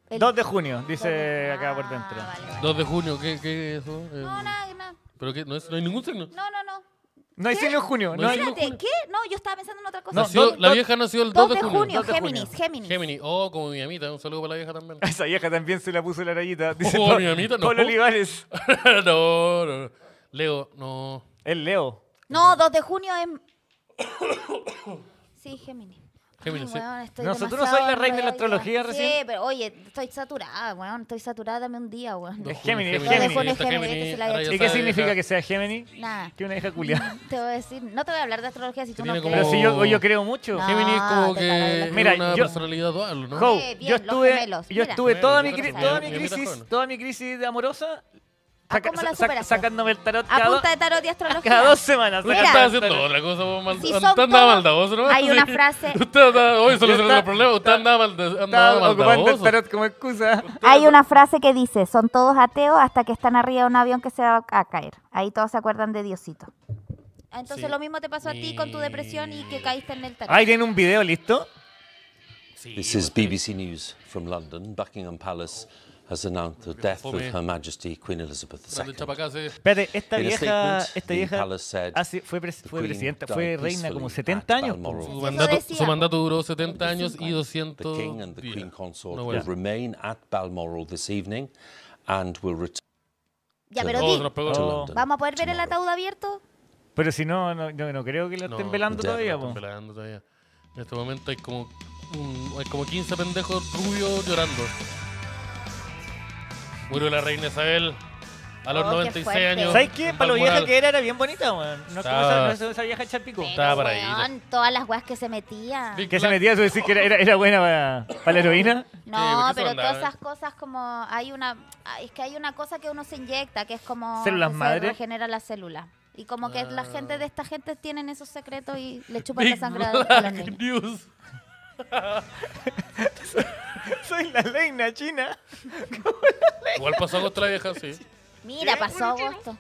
C: El-
B: 2 de junio, dice
C: Ah,
B: acá por dentro.
C: vale, vale.
A: 2 de junio, ¿qué, qué es eso? Eh,
C: No, nada, nada.
A: ¿Pero qué? ¿No, es- no hay ningún signo?
C: No, no, no.
B: No hay
C: ¿Qué?
B: signo en junio.
A: No
B: No
A: hay
B: hay...
A: signo.
C: Espérate, ¿qué? No, yo estaba pensando en otra cosa.
B: No,
A: Nació-
B: dos-
A: la
B: dos-
A: vieja nació el 2
C: 2
A: de junio.
B: dos de junio.
C: Géminis, Géminis.
A: Géminis. Oh, como mi amita. Un saludo para la vieja también. <laughs>
B: A <laughs> Esa vieja también se la puso la rayita. Dice
A: Oh,
B: Pa-
A: mi mamita, no.
B: Pablo Olivares.
A: no, no, no. Leo, no.
B: El Leo.
C: No, 2 de junio
B: <coughs>
C: es. Sí, Géminis.
A: Géminis, sí.
B: No, so- tú no soy la reina de la astrología
C: Sí,
B: recién.
C: pero oye, estoy saturada, weón. Estoy saturada, dame un día, weón.
A: Dos
B: Es
A: junio,
B: Géminis, es
A: ahí
B: Géminis.
A: está
C: Es Géminis, que se la haya
A: Ahora ya
B: ¿Y qué
A: está,
B: significa
A: vieja.
B: que sea Géminis?
C: Nada.
B: Que una vieja culiada.
C: <laughs> Te voy a decir, no te voy a hablar de astrología si tú no
A: tiene
B: Pero
A: como-
B: si
C: crees.
B: yo, yo creo mucho.
C: No.
A: Géminis es como
C: Ah, te cagaron la-
A: que
B: Mira,
A: es una
B: yo-
A: personalidad dual, ¿no?
B: Jo,
C: Eh, bien,
B: yo
C: los
B: estuve,
C: gemelos,
B: yo
C: mira.
B: estuve toda, mi,
A: Gemelos,
B: cri- toda mi
A: gemelos.
B: crisis,
A: Gemelos.
B: toda mi crisis de amorosa
C: Ah, ¿cómo la superaste?
B: sacándome el tarot
C: A
B: cada,
C: punta de tarot y
B: cada
C: astrología.
B: dos semanas.
A: Usted
C: Mira.
A: está
B: sacándome el
A: haciendo
B: tarot.
A: otra cosa, vos mal-
C: Si
A: usted
C: son
A: andaba
C: todos-
A: maldadoso, ¿no?
C: hay una
A: Sí.
C: frase-
A: <laughs> Usted andaba, hoy
B: Yo
A: solo se
B: estaba-
A: el problema, usted
B: estaba-
A: andaba, malda-
B: Estaba
A: andaba
B: ocupando el
A: maldadoso.
B: tarot como excusa.
C: Hay una frase que dice, son todos ateos hasta que están arriba de un avión que se va a caer. Ahí todos se acuerdan de Diosito. Ah, Entonces
A: Sí.
C: lo mismo te pasó a ti con tu depresión y que caíste en el tarot.
B: Ahí tiene un video listo.
A: Sí,
E: This is BBC News from London. Buckingham Palace has announced the death of Her Majesty Queen Elizabeth
A: grande
E: II.
A: chapacá, sí.
B: Espérate, esta
E: In a
B: vieja,
E: statement,
B: esta
E: the
B: vieja
E: palace said
B: hace- fue, pres-
E: the
B: fue
E: Queen
B: presidenta,
E: died
B: fue reina como
E: peacefully
B: 70
E: at
B: años. po.
E: Balmoral.
A: Su
E: Eso
A: mandato, su
C: decíamos.
A: mandato duró 70 años y
E: The
A: 200
E: King and the Queen
A: días.
E: Consort
A: No,
E: will
A: bueno.
E: remain at Balmoral this evening and will return
C: ya, pero
A: Oh,
C: di,
A: se nos pegó.
E: to
B: Oh.
E: London.
C: ¿vamos a poder ver el ataúd abierto?
B: Pero si no, no, no, no creo que la
A: No,
B: estén velando
E: ya,
B: todavía.
A: Están
B: po.
A: velando todavía. En este momento hay como, un- hay como 15 pendejos rubios llorando. Murió la reina Isabel a los
C: Oh, qué
A: 96
C: fuerte.
A: años.
B: ¿Sabes qué?
A: en
B: Para lo
A: Balmoral.
B: vieja que era, era bien bonita, weón. No es como esa,
A: Estaba-
B: no es como esa vieja chapico.
A: Estaba para ahí.
C: Weón, todas las weas que se metía.
A: Big
B: Que se
A: Black-
B: metía a decir que era, era, era buena para, para la heroína.
C: No,
A: Sí, ¿por qué se
C: pero
A: mandaba?
C: todas esas cosas como hay una ay, es que hay una cosa que uno se inyecta que es como
B: ¿Células
C: se
B: madre?
C: regenera la célula. Y como que
A: Ah.
C: la gente de esta gente tienen esos secretos y le chupan la
A: Big
C: sangre a a los
A: Black
C: niños.
A: News.
B: <laughs> Soy la reina china.
A: Igual pasó con otra vieja, sí.
C: Mira, pasó agosto.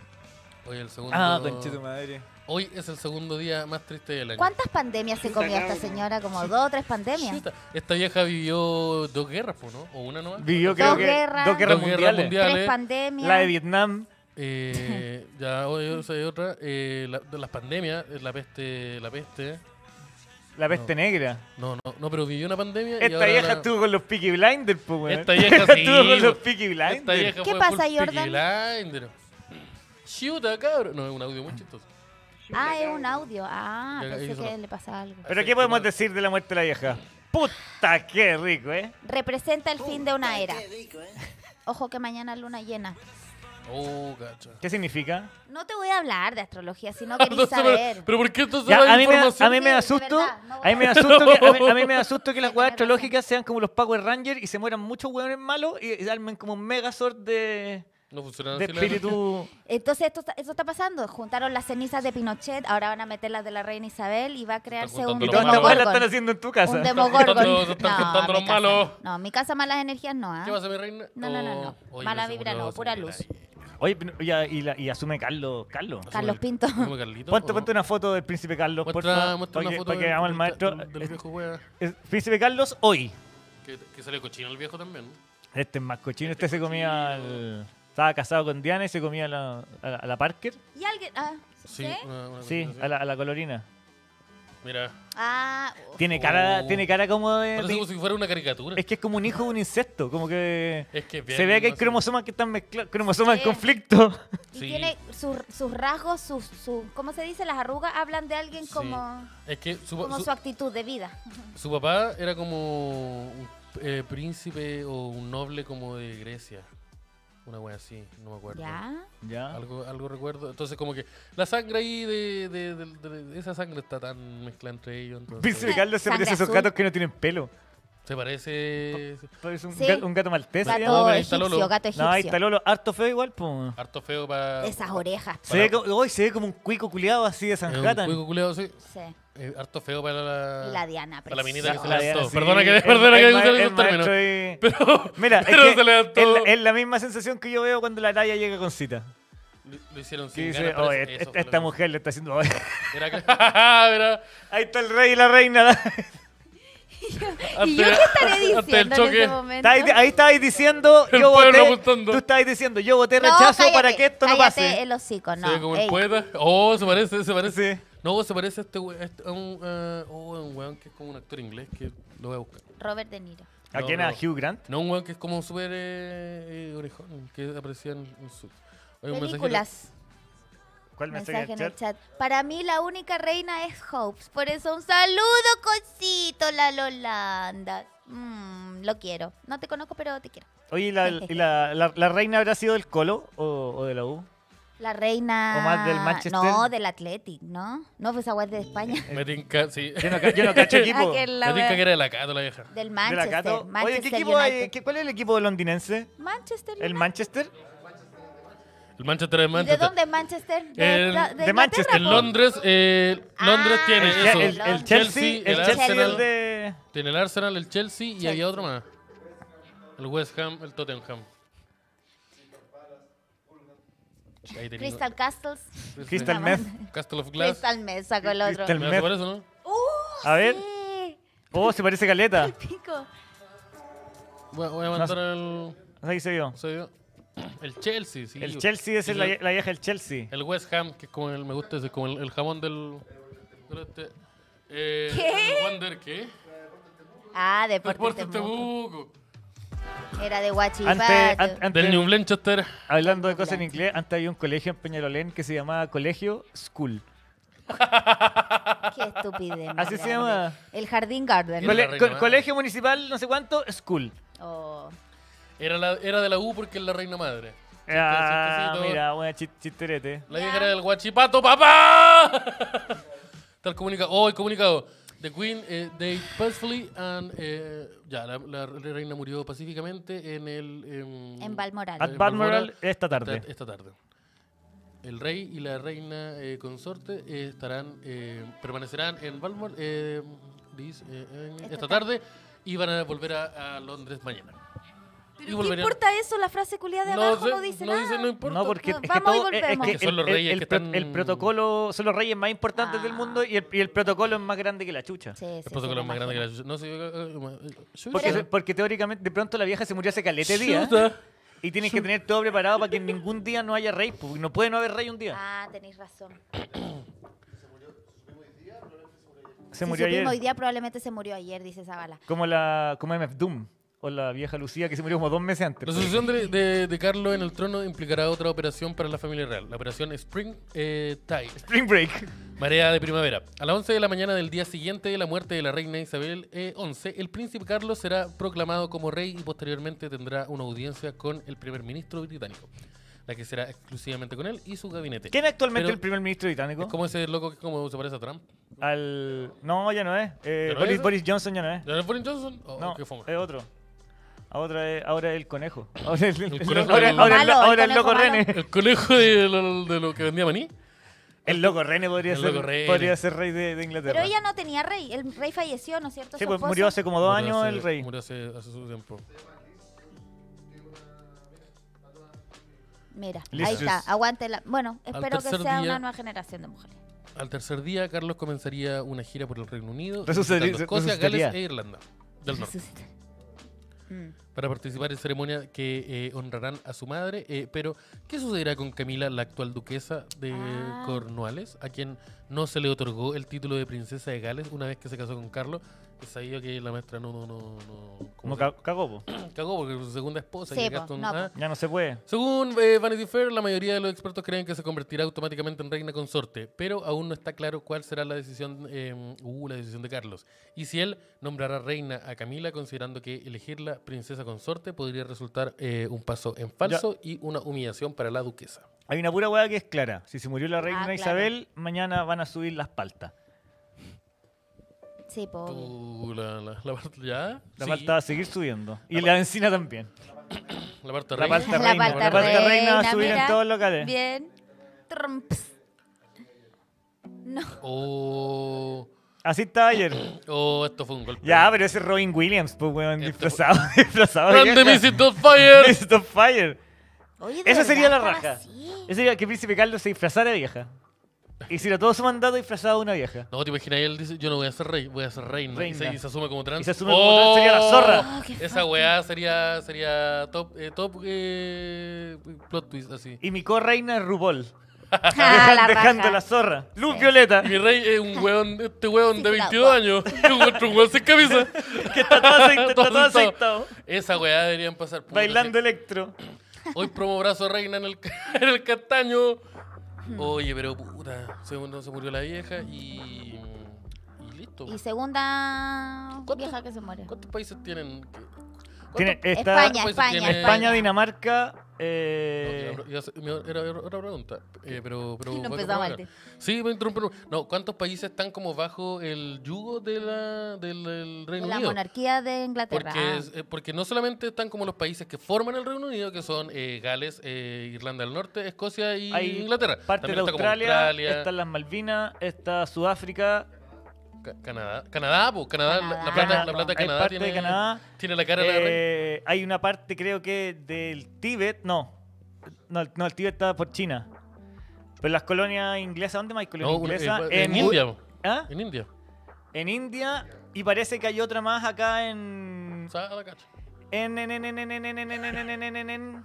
A: Hoy el segundo.
B: Ah, conchito madre.
A: Hoy es el segundo día más triste del año.
C: ¿Cuántas pandemias se comía esta señora? Como dos o tres pandemias.
A: Chuta, Esta vieja vivió dos guerras, po, ¿no? O una nomás.
B: Vivió
C: creo
B: creo
C: Dos
B: que
C: que guerras.
B: dos
C: dos
B: guerras
A: Dos guerras
B: mundiales.
A: mundiales.
C: Tres pandemias.
B: La de Vietnam.
A: Eh, ya, hoy hoy hay otra. Eh, la- de las pandemias, eh, la peste, la peste.
B: La peste negra.
A: No, no, no, pero vivió una pandemia. y
B: Esta
A: ahora
B: vieja
A: la-
B: estuvo con los Peaky Blinders, pues, weón.
A: Esta vieja sí,
B: <laughs> estuvo con
A: po.
B: los Peaky Blinders.
A: Esta vieja
C: ¿Qué
A: fue
C: pasa,
A: full Peaky
C: Jordan?
A: Blinder. Chuta, cabrón. No, es un audio muy chistoso.
C: Ah, es un audio. Ah,
A: Ya,
C: pensé
A: eso
C: que
A: no.
C: le pasaba algo.
B: Pero ¿qué podemos decir de la muerte de la vieja? Puta, qué rico, ¿eh?
C: Representa el fin de una era. Ojo que mañana luna llena.
A: Oh, cacha.
B: ¿Qué significa?
C: No te voy a hablar de astrología si
A: <laughs>
C: no querés
A: Entonces, pero-
C: saber.
A: pero, ¿por qué entonces
B: Ya,
A: la
B: a, mí me,
A: información?
B: a mí me
C: Sí,
B: asusto,
C: de verdad, no
B: a mí me
C: voy a-
B: asusto que, a mí, a
A: <laughs>
B: mí me asusto que las
C: Sí,
B: weas
C: tenés
B: astrológicas sean como los Power Rangers y se mueran muchos weones malos y, y armen como un megazord de,
A: No funciona
B: de
A: así la energía.
B: espíritu.
C: Entonces, esto, está- esto está pasando. Juntaron las cenizas de Pinochet, ahora van a meter las de la reina Isabel y va a crearse un
A: juntando
B: Y
A: Lo
B: todas estas
A: malo.
B: weas las están
C: demogorgon.
B: haciendo en tu
C: Un
B: casa.
C: demogorgon.
A: juntando- se están juntando los
C: mi casa
A: malos.
C: no. No, mi casa malas energías no, ¿ah?
A: ¿Qué pasa, mi reina?
C: No, no, no, no.
A: Oh, oye,
C: Mala
A: se
C: vibra
A: murió,
C: no,
A: se
C: pura
A: murió
C: luz.
A: nadie.
B: Oye, pero- y, y la- y asume Carlos. Carlos.
C: Carlos Pinto.
A: ¿Asume Carlito,
B: Ponte,
A: o no?
B: ponte una foto del príncipe Carlos, por
A: Muestra,
B: favor.
A: muestra
B: para
A: una
B: que-
A: foto
B: para que
A: del-
B: hagamos el maestro.
A: del- del viejo wea.
B: Eh, Príncipe Carlos hoy.
A: Que, que salió cochino el viejo también.
B: Este es más cochino. Este se comía al- Estaba casado con Diana y se comía a la, a la- a la Parker.
C: ¿Y alguien? Ah,
A: Sí,
C: ¿qué?
A: una- una
B: Sí, Eh,
A: cuestión
B: a
A: así.
B: la, a la colorina.
A: Mira,
C: Ah, uf.
B: Tiene cara,
A: Oh.
B: tiene cara como de-
A: parece
B: de-
A: como si fuera una caricatura.
B: Es que es como un hijo de un insecto, como que...
A: Es que es bien,
B: se ve que hay
A: no sé.
B: cromosomas que están mezclados, cromosomas
C: Sí.
B: en conflicto.
C: y
A: sí.
C: tiene sus, sus rasgos, sus, sus- ¿cómo se dice? Las arrugas hablan de alguien
A: Sí.
C: como,
A: Es que su,
C: como
A: su-
C: su actitud de vida.
A: su papá era como un eh, príncipe o un noble como de Grecia. Una wea así, no me acuerdo.
C: ¿Ya?
B: Ya.
A: Algo, algo recuerdo. Entonces, como que la sangre ahí de, de- de- de- esa sangre está tan mezclada entre ellos. entonces,
B: Príncipe Carlos se
C: Sangre
B: parece a esos
C: azul.
B: gatos que no tienen pelo.
A: se parece.
B: Parece un,
C: Sí.
B: gato, un gato maltés. se llama.
A: No,
C: Gato
A: pero ahí está Lolo.
C: egipcio, gato
B: No, ahí
C: egipcio.
B: está Lolo, harto feo igual, po.
A: Harto feo para.
C: Esas orejas.
B: Se ve, como, hoy se ve como un cuico culiado así de San
A: Es un
B: Jatan.
A: juego culeado, sí.
C: pues. Sí.
A: Eh, harto feo para la.
C: Y la Diana,
A: Para la minita
B: Ah,
A: que se
C: preciosa.
A: levantó. Perdona que, <laughs> perdona que use esos términos. <laughs> Pero,
B: Mira,
A: pero
B: es, que
A: se levantó.
B: es, la, es la misma sensación que yo veo cuando la talla llega con cita.
A: Lo- Lo hicieron
B: Que
A: sin
B: dice,
A: ganas,
B: oye, este-
A: parece- eso
B: esta,
A: fue
B: esta
A: lo
B: mujer le está haciendo... <laughs>
A: que- Era que- <laughs> Ah, Mira,
B: Ahí está el rey y la reina.
C: ¿Y yo qué
A: <laughs>
C: estaré
A: ante el
C: diciendo en ese
A: choque.
C: momento?
B: Estáis- ahí estáis diciendo,
A: <laughs> El
B: yo
A: pueblo
B: voté,
A: votando.
B: tú estáis diciendo, yo voté
C: No,
B: rechazo
C: cállate,
B: para que esto no
C: cállate
B: pase.
C: el hocico, no.
A: Se ve como el
C: Ey,
A: poeta. Oh, se parece, se parece.
B: Sí.
A: No, se parece a este we- a este- a un, eh, oh, a un weón que es como un actor inglés que lo voy a buscar.
C: Robert De Niro.
B: ¿A
A: No,
B: quién? ¿A
A: no.
B: Hugh Grant?
A: No, un weón que es como súper eh, eh, orejón, que aparecía en, en su. Hay un mensajero.
C: Películas.
B: ¿Cuál mensaje
C: Mensaje
B: en
C: en
B: el
C: el
B: chat?
C: chat. Para mí la única reina es Hopes. Por eso un saludo, cosito, la Lolanda. Mm, lo quiero. No te conozco, pero te quiero.
B: Oye, ¿y
C: <laughs>
B: la, y la- la- la reina habrá sido del Colo o, o de la U?
C: La reina...
B: ¿O más del Manchester?
C: No, del Athletic, ¿no? No, fue esa web de España.
A: <laughs> Me tinca, sí.
B: Yo no, ca- yo no <laughs>
C: <laughs>
B: cacho equipo.
C: Aquel
A: Me
B: ¿De
C: la
A: tinca
C: wea-
A: que era de la Cato, la vieja.
C: Del
B: la
C: Manchester.
B: Cato? Oye, ¿qué
C: Manchester
B: equipo hay?
C: United.
B: ¿Qué- ¿Cuál es el equipo londinense?
C: Manchester
B: ¿El
C: United.
B: Manchester?
A: El Manchester de
C: ¿Y ¿De
A: Manchester.
C: dónde es Manchester?
A: El-
C: Ingla-
B: de Manchester,
C: Inglaterra, pues.
A: En
C: po.
A: Londres, eh, Londres
C: Ah,
A: tiene
B: El,
A: eso.
B: el- el Chelsea, el
A: el
B: Chelsea y el
A: Arsenal.
B: de...
A: Tiene el Arsenal, el Chelsea y
C: Chelsea.
A: había otro más. El West Ham, el Tottenham. Ahí tenía-
C: Crystal Castles.
B: Crystal
C: Vamos.
A: <laughs>
B: Meth.
A: Castle of Glass.
C: Crystal Mesa con el otro.
B: Crystal
A: ¿Me hace
B: Meth.
A: por eso, no?
B: A ver.
C: Sí,
B: Oh, se parece a
C: <laughs>
B: Caleta.
C: pico.
A: Voy a, voy a mandar al.
B: Ahí se vio.
A: no sé yo. El Chelsea, sí.
B: El Chelsea esa es la, la vieja del Chelsea.
A: El West Ham, que es como el. Me gusta ese, como el, el jamón del. del este. Eh,
C: ¿Qué?
A: el Wander, ¿qué? este
C: Ah,
A: <laughs>
C: Deportes
A: Deportes
C: Temuco.
A: Temuco.
C: Era de Guachipato.
B: Antes, an- antes-
A: Del New Blanchester.
B: Hablando de cosas en inglés, antes había un colegio en Peñalolén que se llamaba Colegio School.
C: Qué estupidez.
B: Así se
C: hombre.
B: llama.
C: El Jardín Garden.
A: Era la
B: Cole-
A: reina
B: co-
A: madre.
B: colegio municipal, no sé cuánto, School.
C: Oh.
A: Era, la, era de la U porque es la reina madre. este
B: Ah,
A: chistecito.
B: mira, buena chi- chisterete.
A: La vieja era del guachipato, papá. <laughs> Está el comunicado. Oh, el comunicado. The Queen, eh, they peacefully and. eh, ya, la, la reina murió pacíficamente en el. em,
C: En Balmoral.
B: At Balmoral esta tarde.
A: Esta, esta tarde. el rey y la reina eh, consorte eh, estarán eh, permanecerán en Balmor eh, dis- eh, eh, esta tarde y van a volver a, a Londres mañana.
C: ¿Pero ¿Qué
A: volverían.
C: importa eso? La frase culiada de abajo
A: sé,
C: no dice
A: no
C: nada.
A: dice, no importa.
B: No, porque
C: <laughs> No,
B: es que
C: vamos y
B: todo- es- es
C: volvemos.
B: que
A: Que son
B: el-
A: los
B: el-
A: reyes
B: el
A: que
B: pro-
A: están-
B: el protocolo son los reyes más importantes del
C: Ah.
B: mundo y el, y el protocolo es más grande que la chucha.
C: Sí, sí,
A: El protocolo
C: sí,
A: es más grande que la
C: imagino.
A: chucha. No sé. eh, eh, eh, chucha.
B: Porque, porque teóricamente de pronto la vieja se murió hace caleta de días
A: Chuta.
B: y tienes que tener todo preparado para que ningún día no haya rey, porque no puede no haber rey un día.
C: Ah, tenéis razón.
B: Se
C: Si
B: murió
C: supimos hoy
B: ayer,
C: día, probablemente se murió ayer, dice Zavala.
B: como la como MF Doom o la vieja Lucía que se murió como dos meses antes.
A: La sucesión de, de- de Carlos en el trono implicará otra operación para la familia real, la operación Spring eh, Tide,
B: Spring Break.
A: marea de primavera. A las 11 de la mañana del día siguiente de la muerte de la reina Isabel eh, XI, el príncipe Carlos será proclamado como rey y posteriormente tendrá una audiencia con el primer ministro británico, la que será exclusivamente con él y su gabinete.
B: ¿Quién es actualmente
A: Pero
B: el primer ministro
A: Es
B: británico?
A: como ese loco que como se parece a Trump.
B: Al no, ya no es. Eh,
A: ¿Ya no
B: Boris,
A: es?
B: Boris Johnson ya no es.
A: ¿No es Boris Johnson? Oh,
B: No,
A: qué fome.
B: es otro. Ahora es, ahora es el conejo. Ahora es el,
A: El conejo
B: ahora-
A: del-
B: ahora el-
C: Malo, el
B: ahora el
C: conejo
B: loco
C: malo.
B: René.
A: El conejo de lo, de lo que vendía maní.
B: El loco René podría,
A: El
B: ser,
A: loco René.
B: podría ser rey de, de
C: Pero
B: Inglaterra.
C: ella no tenía rey. El rey falleció, ¿no es cierto?
B: sí,
C: Su
B: pues
C: esposo.
B: murió hace como dos
A: Murió
B: años
A: hace-
B: el rey.
A: Murió hace, hace su tiempo.
C: Mira,
B: Liz
C: ahí está.
A: Truss.
C: Aguántela. Bueno, espero que
A: tercer
C: sea
A: día-
C: una nueva generación de mujeres.
A: Al tercer día, Carlos comenzaría una gira por el Reino Unido,
B: Resucitaría-
A: visitando Escocia, Gales
B: resucitaría.
A: e Irlanda del Norte,
C: Resucita. Mm.
A: para participar en ceremonias que eh, honrarán a su madre. eh, pero, ¿qué sucederá con Camila, la actual duquesa de
C: Ah.
A: Cornualles, a quien no se le otorgó el título de princesa de Gales una vez que se casó con Carlos? Y sabía que la maestra no, no, no, no
B: Como
A: ¿cómo
B: ca- cagó, po.
A: se- <clears throat> cagó porque su segunda esposa.
C: Sí,
A: y acá
C: po,
A: esto-
C: no, po.
A: ah.
B: Ya no se puede.
A: Según eh, Vanity Fair, la mayoría de los expertos creen que se convertirá automáticamente en reina consorte, pero aún no está claro cuál será la decisión, eh, uh, la decisión de Carlos. Y si él nombrará reina a Camila, considerando que elegirla princesa consorte podría resultar eh, un paso en falso y una humillación para la duquesa.
B: Hay una pura hueá que es clara. Si se murió la reina
C: Ah, claro.
B: Isabel, mañana van a subir las paltas.
C: Sí, po. obvio.
A: Uh, la, la, la parte ya.
B: La
A: Sí,
B: palta va a seguir subiendo. Y la encina también.
A: La parte
B: La
A: reina.
B: palta
C: La
B: reina.
C: palta
B: La palta reina, va
C: reina,
B: a subir
C: mira.
B: en todos los locales.
C: Bien. Trumps. No.
A: Oh,
B: Así estaba ayer.
A: oh, esto fue un golpe.
B: Ya, pero ese es Robin Williams, pues, weón,
A: Este
B: disfrazado. <laughs> disfrazado de
A: Grande
B: vieja.
A: Mrs.
B: <laughs>
A: Fire.
B: Mrs. Fire.
C: Oye, ¿de
B: Esa sería la
C: verdad estaba
B: raja.
C: así?
B: <laughs> Esa sería que Príncipe Carlos se disfrazara de vieja. Hiciera todo su mandato disfrazado de una vieja.
A: No, te imaginas, él dice, yo no voy a ser rey, voy a ser reina. Y,
B: Reina.
A: se, y se asume como trans. Oh,
B: Y se asume como trans, sería la zorra.
C: Ah, qué
A: Esa weá sería, sería top, eh, top eh, plot twist así.
B: Y mi co-reina es
A: <laughs>
B: RuPaul.
C: Ah, la
B: dejando
C: raja.
B: la zorra. Luz Violeta,
A: Mi rey es un weón, este weón de
C: Sí, la
A: 22 años. <laughs> Yo encuentro un weón sin camisa.
B: que está todo aceite- está
A: Todo
B: todo
A: aceitado.
B: aceitado.
A: Esa weá deberían pasar. Puta,
B: Bailando electro.
A: sí. Hoy promo brazo reina en el, <laughs> en el castaño. Oye, pero puta, se, no, se murió la vieja y, y listo.
C: Y segunda
A: ¿Cuánto-
C: vieja que se muere.
A: ¿Cuántos países tienen?
B: Tiene,
A: ¿Cuántos-
B: está
C: España,
A: pues,
C: España,
A: tiene-
B: España, Dinamarca.
A: No,
B: eh,
A: iba a- iba a ser- era era otra pregunta, eh, pero... pero
C: Y <laughs> no
A: fue
C: empezaba
A: como acá.
C: antes.
A: Sí, me interrumpen. No, ¿cuántos países están como bajo el yugo de la, del, del Reino
C: De la
A: Unido?
C: monarquía ah. de Inglaterra.
A: Porque, es- eh, porque no solamente están como los países que forman el Reino Unido, que son eh, Gales, eh, Irlanda del Norte, Escocia y
B: Hay
A: Inglaterra.
B: Parte de
A: También está como
B: Australia,
A: Australia,
B: están las Malvinas, está Sudáfrica,
A: Ca- Canadá. Canadá, po, Canadá, la- La,
C: Canadá.
A: plata, la plata de
B: Hay
A: Canadá,
B: parte de
A: tiene,
B: Canadá.
A: tiene la cara de la reina.
B: Eh, hay una parte, creo que, del Tíbet. No. No, el- no, el Tíbet está por China. Pero las colonias inglesas, ¿dónde más hay colonias
A: No, una-
B: inglesas?
A: eh, en India. po,
B: ¿Ah?
A: En India.
B: En India. Y parece que hay otra más acá en.
A: O sea, a la cacha.
B: En. en, en, en, en, en, en, en, en, en, en, en, en, en.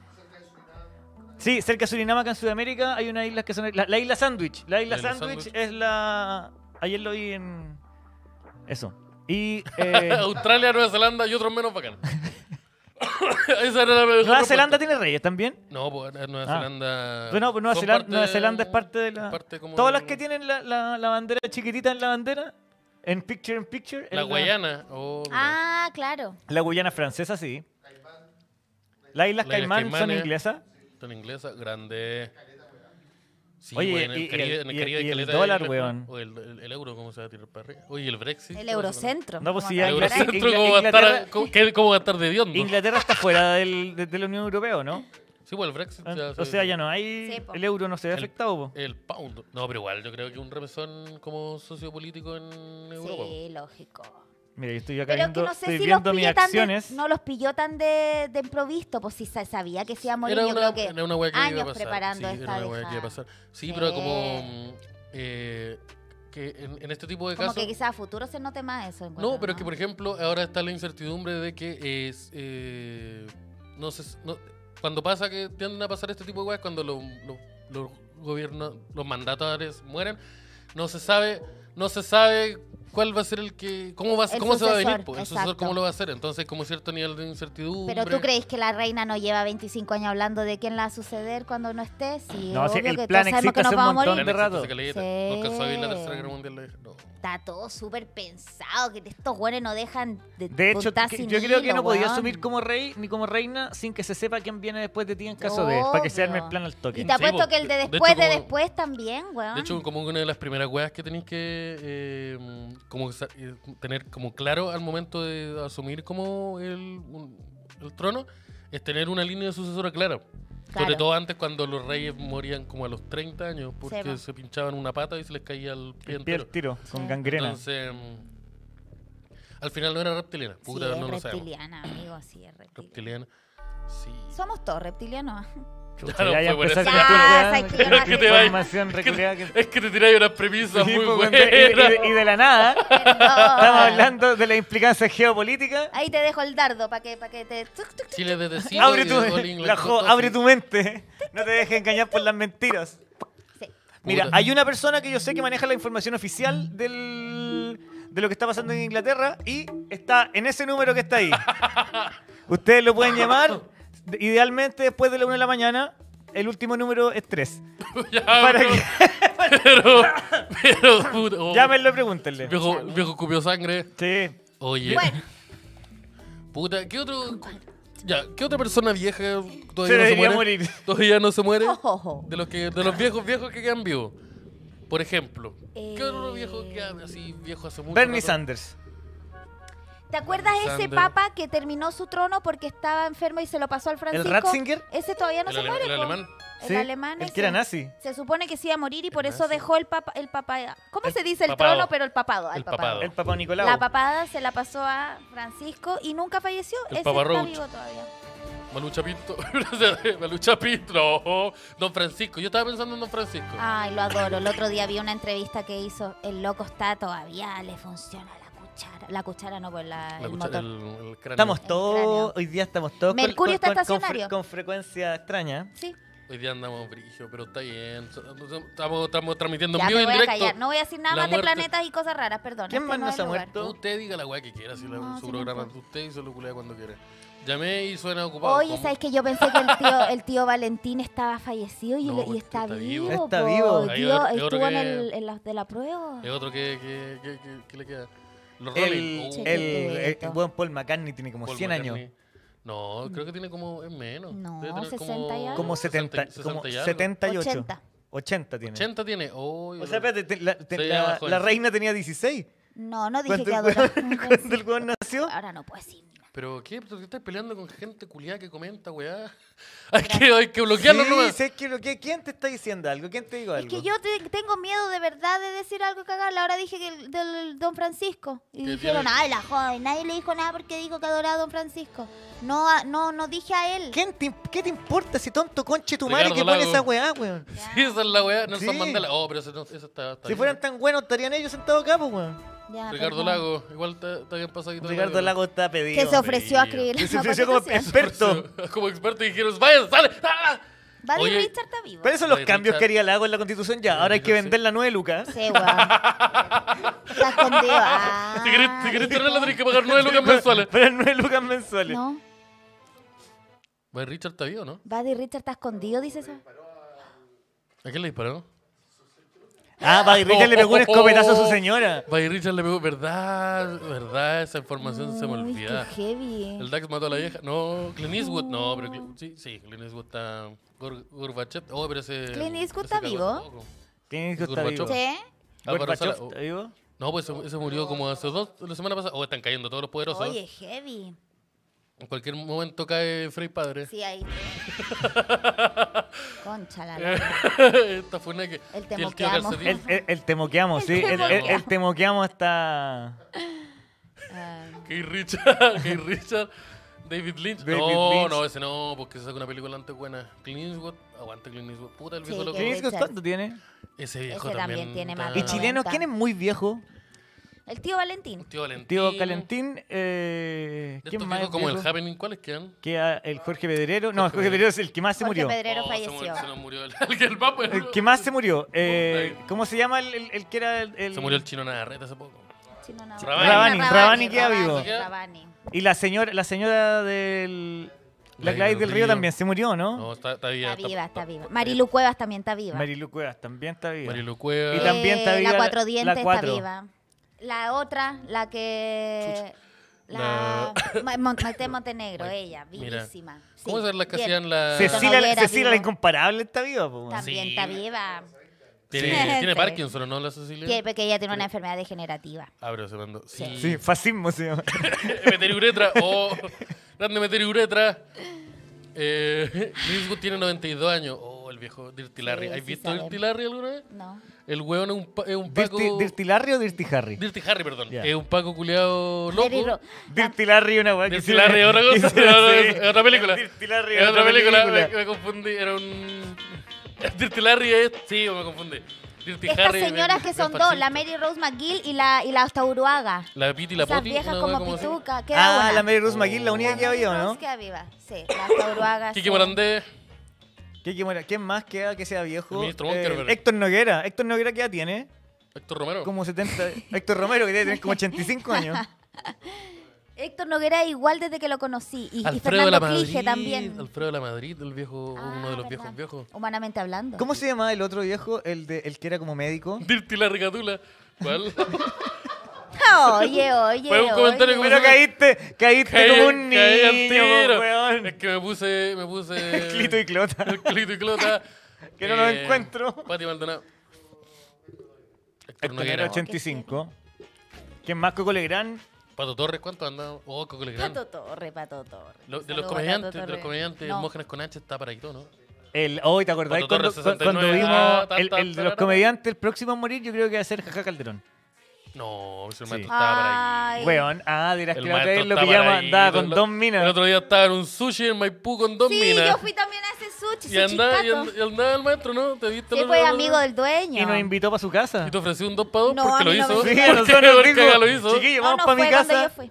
B: Sí, cerca de Surinam, acá en Sudamérica, hay unas islas que son. La, la isla Sandwich. La isla
A: La isla
B: Sandwich
A: Sandwich.
B: es la. Ayer lo vi en. Eso.
A: <laughs>
B: Y. eh,
A: Australia, Nueva Zelanda y otros menos
B: <laughs>
A: bacán. Esa era la mejor
B: Nueva
A: respuesta.
B: Zelanda tiene reyes también.
A: No, pues eh, Nueva
B: Ah.
A: Zelanda.
B: Pero no, pues Nueva,
A: son
B: Zelanda,
A: parte-
B: Nueva Zelanda es parte de la.
A: parte como
B: Todas
A: del-
B: las que tienen la, la, la bandera chiquitita en la bandera, en picture in picture. es
A: La Guayana. Oh, mira.
C: Ah, claro.
B: La Guayana francesa, sí. Las Islas
A: Las Islas
B: Caimán son
A: Caimanes. <laughs>
B: inglesas.
A: Son inglesa, grande. Sí,
B: Oye,
A: güey, en el
B: y- y
A: Caribe,
B: el-
A: en el
B: y el-
A: Caribe hay
B: y el
A: caleta de
B: dólar,
A: islas,
B: weón.
A: O el, el- el euro, ¿cómo se va a tirar para arriba? Oye, el Brexit.
C: El
A: todo eso,
C: eurocentro.
B: No, pues sí,
A: El
B: Ingla-
A: eurocentro,
B: Ingla-
A: ¿cómo va a estar,
B: Inglaterra-
A: cómo- qué- cómo va a estar de hediondo?
B: Inglaterra está fuera del- de, de la Unión Europea, ¿o ¿no?
A: Sí, pues el Brexit ya
B: Ah, O
A: se-
B: sea, ya no hay.
C: Sí, po.
B: el euro no se ve
A: El-
B: afectado, po.
A: El pound. No, pero igual, yo creo que un remesón como sociopolítico en Europa.
C: Sí, lógico.
B: Mira, yo estoy acá
C: Pero es
B: viendo,
C: que no sé
B: estoy
C: si los
B: viendo mis
C: pilló tan de,
B: acciones.
C: no los pilló tan de, de improvisto, pues si sa- sabía que se iba a morir,
A: Era
C: yo
A: una,
C: creo que
A: era una wea que iba a
C: años
A: pasar.
C: preparando
A: sí,
C: esta
A: era una wea que iba a
C: deja.
A: pasar. Sí,
C: Sí.
A: pero como mm, eh, que en, en este tipo de
C: Como
A: casos.
C: que quizás a futuro se note más eso. encuentro,
A: No, pero es que por ejemplo ahora está la incertidumbre de que es eh, no sé, no- cuando pasa que tienden a pasar este tipo de weas, cuando los los- los gobiernos, los mandatarios mueren, no se sabe, no se sabe cuál va a ser el que, cómo va, a ser-
C: El
A: cómo se va a venir,
C: sucesor,
A: po, el sucesor
C: exacto.
A: cómo lo va a hacer, entonces como cierto nivel de incertidumbre.
C: Pero tú crees que la reina no lleva 25 años hablando de quién la va a suceder cuando no esté? Sí,
B: No, sí,
C: obvio
B: el
C: que
B: plan
C: todos sabemos
B: existe
C: que nos
B: hace un
C: vamos a
B: montón.
A: Plan
C: morir.
B: de rato.
A: existe, caleta.
C: Sí.
A: No alcanzó a vivir la tercera guerra mundial. la- No.
C: Está todo súper pensado, que estos güeyes no dejan de
B: De hecho,
C: puntar
B: que-
C: sin
B: yo creo que
C: hilo,
B: no podía
C: weón.
B: asumir como rey ni como reina sin que se sepa quién viene después de ti en caso de. Para que se arme el
C: Obvio.
B: plan al toque.
C: Y te
A: Sí,
C: apuesto
A: po,
C: que el de
A: de- de hecho,
C: después de,
A: como-
C: después también, weón.
A: De hecho, como una de las primeras weas que tenéis que eh, mm, como sa- eh, tener como claro al momento de asumir como el, un- el trono es tener una línea de sucesora clara. Sobre
C: Claro.
A: todo antes cuando los reyes morían como a los 30 años porque
C: po.
A: se pinchaban una pata y se les caía el pie
B: El pie
A: entero.
B: al tiro, con
C: Sí.
B: gangrena.
A: Entonces, mm, al final no era reptiliana. Puta,
C: sí, es
A: no lo sabemos.
C: reptiliana, amigo, sí, es reptiliana.
A: Reptiliana. Sí.
C: Somos todos
A: <laughs>
C: reptilianos.
B: Chucha,
A: Ya,
B: ya,
A: no
B: ya
A: fue por
B: empezar
A: eso.
B: con tu
C: Ya,
B: weá,
C: sabes que yo
B: con
C: no
B: tu
C: sé.
B: información
A: Es que-
B: reculeada que-
A: Es que te tiráis unas premisas
B: <laughs>
A: muy
B: Sí,
A: Ah.
B: pues,
A: buenas.
B: weón, de- y, <laughs> de, y de la nada, estamos
C: Estamos
B: hablando de la implicancia geopolítica.
C: Ahí te dejo el dardo para que, pa' que te. tuc, tuc, tuc.
A: Chile desde Sido
B: Abre
A: y
B: tu, <laughs>
A: de All England
B: la jo-
A: Coffee.
B: abre tu mente, no te dejes engañar por las mentiras.
C: Sí.
B: Mira,
A: Puta.
B: hay una persona que yo sé que maneja la información oficial del, de lo que está pasando en Inglaterra y está en ese número que
A: <laughs>
B: está ahí. Ustedes lo pueden llamar, de- idealmente después de la 1 de la mañana, el último número es 3.
A: Ya,
B: <laughs> Para
A: pero- Pero, pero, puta, oh,
B: Llámenlo y pregúntenle.
A: Viejo, viejo cupió sangre.
B: Sí.
A: Oye.
C: Bueno.
A: Puta, ¿qué otro. Ya, ¿qué otra persona vieja
B: Se
A: todavía no se
B: debería
A: muere?
B: morir.
A: <laughs> Todavía no se muere. <laughs>
C: Ojo.
A: De los, que, de los viejos viejos que quedan vivos. Por ejemplo, ¿qué otro
C: Eh.
A: viejo queda así viejo hace mucho
B: Bernie
A: rato?
B: Sanders.
C: ¿Te acuerdas ese
A: Alexander.
C: papa que terminó su trono porque estaba enfermo y se lo pasó al Francisco?
B: Ratzinger?
C: Ese todavía no
A: El
C: se
A: ale-
C: muere.
A: el
C: po.
A: alemán.
C: El
B: Sí,
C: alemán
B: el
C: ese.
B: que era nazi.
C: Se supone que se iba a morir y por
A: El
C: eso
A: nazi.
C: dejó el papa, el papa, ¿cómo se dice el
A: papado.
C: trono? Pero el papado, al
A: El papado.
B: El papá Nicolau.
C: La papada se la pasó a Francisco y nunca falleció.
A: El
C: Ese
A: Papa
C: está
A: Roach.
C: vivo todavía.
A: Malucha Pinto. <laughs> Malucha Pinto. No, Don Francisco. Yo estaba pensando en Don Francisco.
C: Ay, lo adoro. El otro día vi una entrevista que hizo. El loco está todavía, le funciona la cuchara. La cuchara no, pues la,
A: La
C: el
A: cucha-
C: motor.
A: el- el cráneo.
B: Estamos
C: El
B: todos,
C: cráneo.
B: hoy día estamos todos con- con,
C: Mercurio está
B: con- con fre-
C: estacionario.
B: con frecuencia extraña.
C: Sí.
A: Hoy día andamos brillo, pero está bien. Estamos, estamos transmitiendo en
C: Ya
A: vivo
C: me
A: y en
C: voy a
A: directo.
C: callar. No voy a decir nada
A: La
C: más
A: muerte.
C: de planetas y cosas raras, perdón.
B: ¿Quién
C: este
B: más
C: no
B: nos
C: es
B: ha
C: el lugar.
B: muerto?
A: Usted diga la weá que quiera, si la-
C: No,
A: su
C: sí, no
A: programa es
C: importa.
A: de usted y se lo culea cuando quiera. Llamé y suena ocupado.
C: Oye,
A: como-
C: ¿sabes que Yo pensé que el
A: <laughs>
C: tío, el tío Valentín estaba fallecido y,
A: No,
C: le- y
A: pues,
C: está,
A: está vivo.
C: vivo.
B: Está
C: po.
B: vivo.
A: Hay
C: Tío,
A: otro- hay otro
C: estuvo en,
A: que-
C: el, en la, de la prueba.
A: Es otro que, que, que, que- que le queda. Los
B: El,
A: Rolling.
C: Sí,
B: el,
A: Oh,
B: el
C: Chiquitito.
B: buen Paul McCartney tiene como
A: Paul
B: 100 años.
A: McCartney. No, creo que tiene como. Es menos.
C: No,
A: Debe tener
C: 60 y algo.
B: Como 70,
A: 60
B: como
A: Uh, y algo.
B: 78.
C: 80.
B: 80 tiene.
A: 80 tiene. Oh,
B: O sea, espérate, te- la, te-
A: Sí,
B: la-
A: abajo
B: la
A: es.
B: reina tenía 16.
C: No, no
B: Cuando
C: dije que
B: el <laughs>
C: adoraba.
B: weón- cuando el weón
A: <laughs>
B: nació.
C: Ahora no puedo decir nada.
A: Pero ¿qué? ¿Por qué estás peleando con gente culiada que comenta, weá? <laughs> Hay que, hay que bloquearlo
B: Sí,
A: nomás.
B: sé que lo que- ¿Quién te está diciendo algo? ¿Quién te dijo
C: Es
B: algo?
C: que yo te- tengo miedo de verdad de decir algo cagarla. Ahora dije que el- del Don Francisco. Y
A: ¿Qué
C: dijeron,
A: tiene?
C: ay, la joven. Nadie le dijo nada porque dijo que adoraba a Don Francisco. No, a- no, no dije a él.
B: ¿Quién te, imp- ¿Qué te importa si tonto conche tu madre que
A: Ricardo
B: pone
A: Lago.
B: esa weá, weón?
A: Sí, esa es la weá. Nelson
B: Sí.
A: Mandela. Oh, pero eso, no- eso está, está
B: Si
A: bien.
B: fueran tan buenos estarían ellos sentados acá, pues, weón.
C: Ya,
A: Ricardo
C: perdón.
A: Lago. Igual está, está bien pasadito. de
B: Ricardo
A: verga.
B: Lago está pedido.
C: Que se ofreció a escribir
B: Que
C: la
B: se ofreció como
C: constitución.
B: experto.
A: <laughs> Como experto dijeron, vaya, sale. ¡Ah!
C: Buddy
A: Oye,
C: Richard está vivo.
B: Pero esos son los
A: Oye,
B: cambios
A: Richard.
B: que haría Lago en la constitución ya. Ahora hay que
A: Richard, sí.
B: vender la 9
A: <laughs>
B: lucas.
C: Sí, weón. Está
B: <laughs>
C: escondido. Ah,
A: Si querés, si querés tenerla, tenés que pagar 9 lucas
B: <laughs>
A: mensuales.
B: Pero 9 lucas mensuales.
C: No,
A: Vaya, Richard está vivo, ¿no?
C: Buddy Richard está escondido, dice eso.
A: ¿A quién le disparó?
B: Ah, para Richard le
A: Oh,
B: pegó un escopetazo a su señora.
A: Vaya, Richard le pegó. Verdad, verdad, esa información se me
C: Uy,
A: olvida.
C: Qué heavy.
A: El Dax mató a la vieja. No, Clint Eastwood. No, pero Cl- sí, sí, Clint Eastwood está. Gor- Gorbachev. Oh, pero ese.
C: Clint Eastwood
A: ese
C: está
A: cagó
C: vivo.
A: hace poco.
B: ¿Quién dijo está
A: Gorbachov.
B: vivo?
C: ¿Sí?
A: Álvaro
B: Gorbachov,
A: Sala. oh.
B: ¿está vivo?
A: No, pues ese ese murió como hace dos, la semana pasada. Oh, están cayendo todos los poderosos.
C: Oye, heavy.
A: En cualquier momento cae Frey Padre.
C: Sí, ahí. Concha
A: Eh.
C: la lora.
A: <laughs> Esta fue una que.
C: El
A: que
C: temo
A: tío
C: que amo.
A: Calcetín-
C: <laughs>
B: El, el, el temoqueamos, sí. El, el, el temoqueamos está.
A: Keith Richard, <laughs> Keith Richard, David Lynch.
B: David
A: no,
B: Lynch.
A: no, ese no, porque se saca una película antes buena. Clint Eastwood, aguanta Clint Eastwood. Puta, el
C: Sí,
A: viejo loco.
C: que-
B: ¿Qué ¿Cuánto tiene?
A: Ese viejo
C: Ese
A: también.
C: también tiene
B: ¿Y
C: más
A: está-
C: de noventa.
B: chileno? ¿Quién es muy viejo?
C: El tío Valentín.
A: Tío Valentín.
B: Tío Calentín. Eh,
A: De
B: ¿Quién
A: estos
B: más?
A: viejos
B: es
A: como el
B: viejo?
A: Happening, ¿cuáles quedan?
B: Que a- el Jorge Pedrero. No,
A: Jorge
B: el Jorge Pedrero es el que más se
C: Jorge
B: murió.
C: Pedrero
A: Oh, se mu-
C: falleció.
A: Se, nos murió el, <laughs> el, el papo.
B: El que más se murió. Eh,
A: Puta.
B: ¿Cómo se llama el, el- el que era el, el-
A: Se murió el chino Navarrete hace poco.
C: Sí, no, no.
A: Rabani.
B: Rabani, Rabani queda
C: Rabani,
A: vivo.
C: Rabani.
B: Y la señora, la señora del. La
A: Gladys
B: Gladys
A: del
B: del
A: Río.
B: Río también se murió, ¿no?
A: No, está, está viva.
C: Está viva, está viva. Marilu Cuevas también está viva. Eh,
B: Marilu Cuevas también está viva.
A: Marilu Cueva.
B: Y tam- también está viva
C: La
B: la-
C: cuatro
B: la
C: dientes
B: cuatro.
C: está viva. La otra, la que. La. Ma- Mon- Maite Montenegro,
A: Ay,
C: ella,
A: mira.
C: vivísima. Sí,
A: ¿Cómo se las que
C: bien.
A: hacían la.
C: Cecilia-
B: Cecilia,
C: Noguera,
B: Cecilia la
C: digo.
B: incomparable está viva, po. weón.
C: También
A: Sí.
C: está viva.
A: Tiene,
C: Sí.
A: tiene
C: <laughs> Sí.
A: Parkinson, ¿no? La Cecilia.
C: Que, porque ella tiene una enfermedad degenerativa.
A: Ah, pero se mandó. Sí.
B: Sí, fascismo se
A: <laughs>
B: llama.
A: Meter uretra. Oh, grande meter uretra. Eh, <laughs> Lizwood tiene 92 años. Oh, el viejo Dirty Larry.
C: Sí,
A: ¿Has
C: sí
A: visto
C: sabe.
A: Dirty Larry alguna vez?
C: No.
A: El weón es un, pa- es un paco.
B: Dirty, Dirty Larry o Dirty Harry?
A: Dirty Harry, perdón.
B: Ya.
A: Es un paco culeado loco.
C: Terry Ro-
B: Dirty Larry una weá que
A: Dirty
B: se-
A: Larry, otra cosa.
B: <laughs> Sí.
A: No, no, es otra película.
B: <laughs> Dirty Larry,
A: Es otra película. Me, me confundí. Era un. <laughs> Dirty Larry es. Sí, me confundí. Dirty
C: Estas
A: Harry. bien-
C: señoras que
A: bien
C: son dos,
A: fascista.
C: la Mary Rose McGill y la, y la Ostauruaga.
A: La Piti y la
C: Esas
A: Poti.
C: viejas
A: una wea
C: como
A: así.
C: pituca. Queda
B: Ah,
C: una.
B: la Mary Rose McGill,
A: Oh.
B: la única que
C: Mary
B: había,
C: Rose
B: ¿no?
C: queda viva. Sí, la Ostauruaga.
A: Kiki
C: sí.
A: Morandé.
B: ¿Qué- qué muera? ¿Quién más queda que sea viejo? Eh,
A: El ministro Bunkerberg.
B: Héctor Noguera. ¿Héctor Noguera qué edad tiene?
A: Héctor Romero.
B: Como 70. Héctor Romero, que debe tener como 85 años.
C: Héctor Noguera igual desde que lo conocí. Y, y
A: Alfredo de la
C: Fernando
A: Madrid.
C: Clige también.
A: Alfredo de la Madrid, el viejo,
C: Ah,
A: uno de los
C: verdad.
A: viejos viejos.
C: Humanamente hablando.
B: ¿Cómo se llamaba el otro viejo? El, de, el que era como médico.
A: Dirty la regatula.
C: <laughs>
A: ¿Cuál?
C: <laughs> Oye, oye.
A: Fue un comentario
C: oye.
A: que-
B: Pero caíste, caíste
A: Caí-
B: como un niño,
A: caí al tiro.
B: weón.
A: Es que me puse, me
B: <laughs>
A: puse.
B: Clito y clota.
A: El Clito y clota.
B: <laughs>
A: Eh,
B: Que no lo encuentro.
A: Pati Maldonado. Héctor
B: Héctor Noguera,
A: Noguera.
B: 85. ¿Quién más? Coco Legrand.
A: Pato Torres, ¿cuánto anda? Oh, Coco Legrand.
C: Pato Torre, Pato Torre.
A: Lo- de
C: Saludos
A: los
C: a
A: comediantes,
C: Pato
A: de los
C: Torre.
A: comediantes,
C: No.
A: Hermógenes con H está para ahí todo, ¿no?
B: El, hoy, ¿te acordás?
A: Pato
B: Cuando,
A: Torres,
B: cu- cuando
A: 69.
B: vimos
A: Ah, ta,
B: el,
A: ta,
B: el de
A: ta,
B: los
A: ta, ta.
B: comediantes, el próximo a morir, yo creo que va a ser Jaja Calderón.
A: No, ese
B: Sí.
A: maestro estaba para ahí.
C: Ay.
B: Weón, ah, dirás que
A: El
B: la otra
A: maestro
B: vez lo
A: estaba
B: pillamos,
A: ahí.
B: andaba con
A: El-
B: dos minas.
A: El otro día estaba en un sushi en Maipú con dos
C: Sí,
A: minas.
C: yo fui también a ese sushi,
A: Y
C: ese
A: andaba, y
C: chistaco.
A: and- y andaba el maestro, ¿no? ¿Te viste
C: Sí,
A: el-
C: fue amigo del dueño.
B: Y nos invitó para su casa.
A: Y te ofreció un 2 para 2
C: No,
A: porque
C: a
A: lo
C: mí no me
A: <laughs> hizo.
B: Sí,
C: invitó.
A: Porque-
B: nosotros
A: porque
B: digo,
A: lo hizo.
B: Chiquillos,
C: no,
B: vamos
C: no,
B: para mi
C: fue donde
B: casa.
C: yo fui.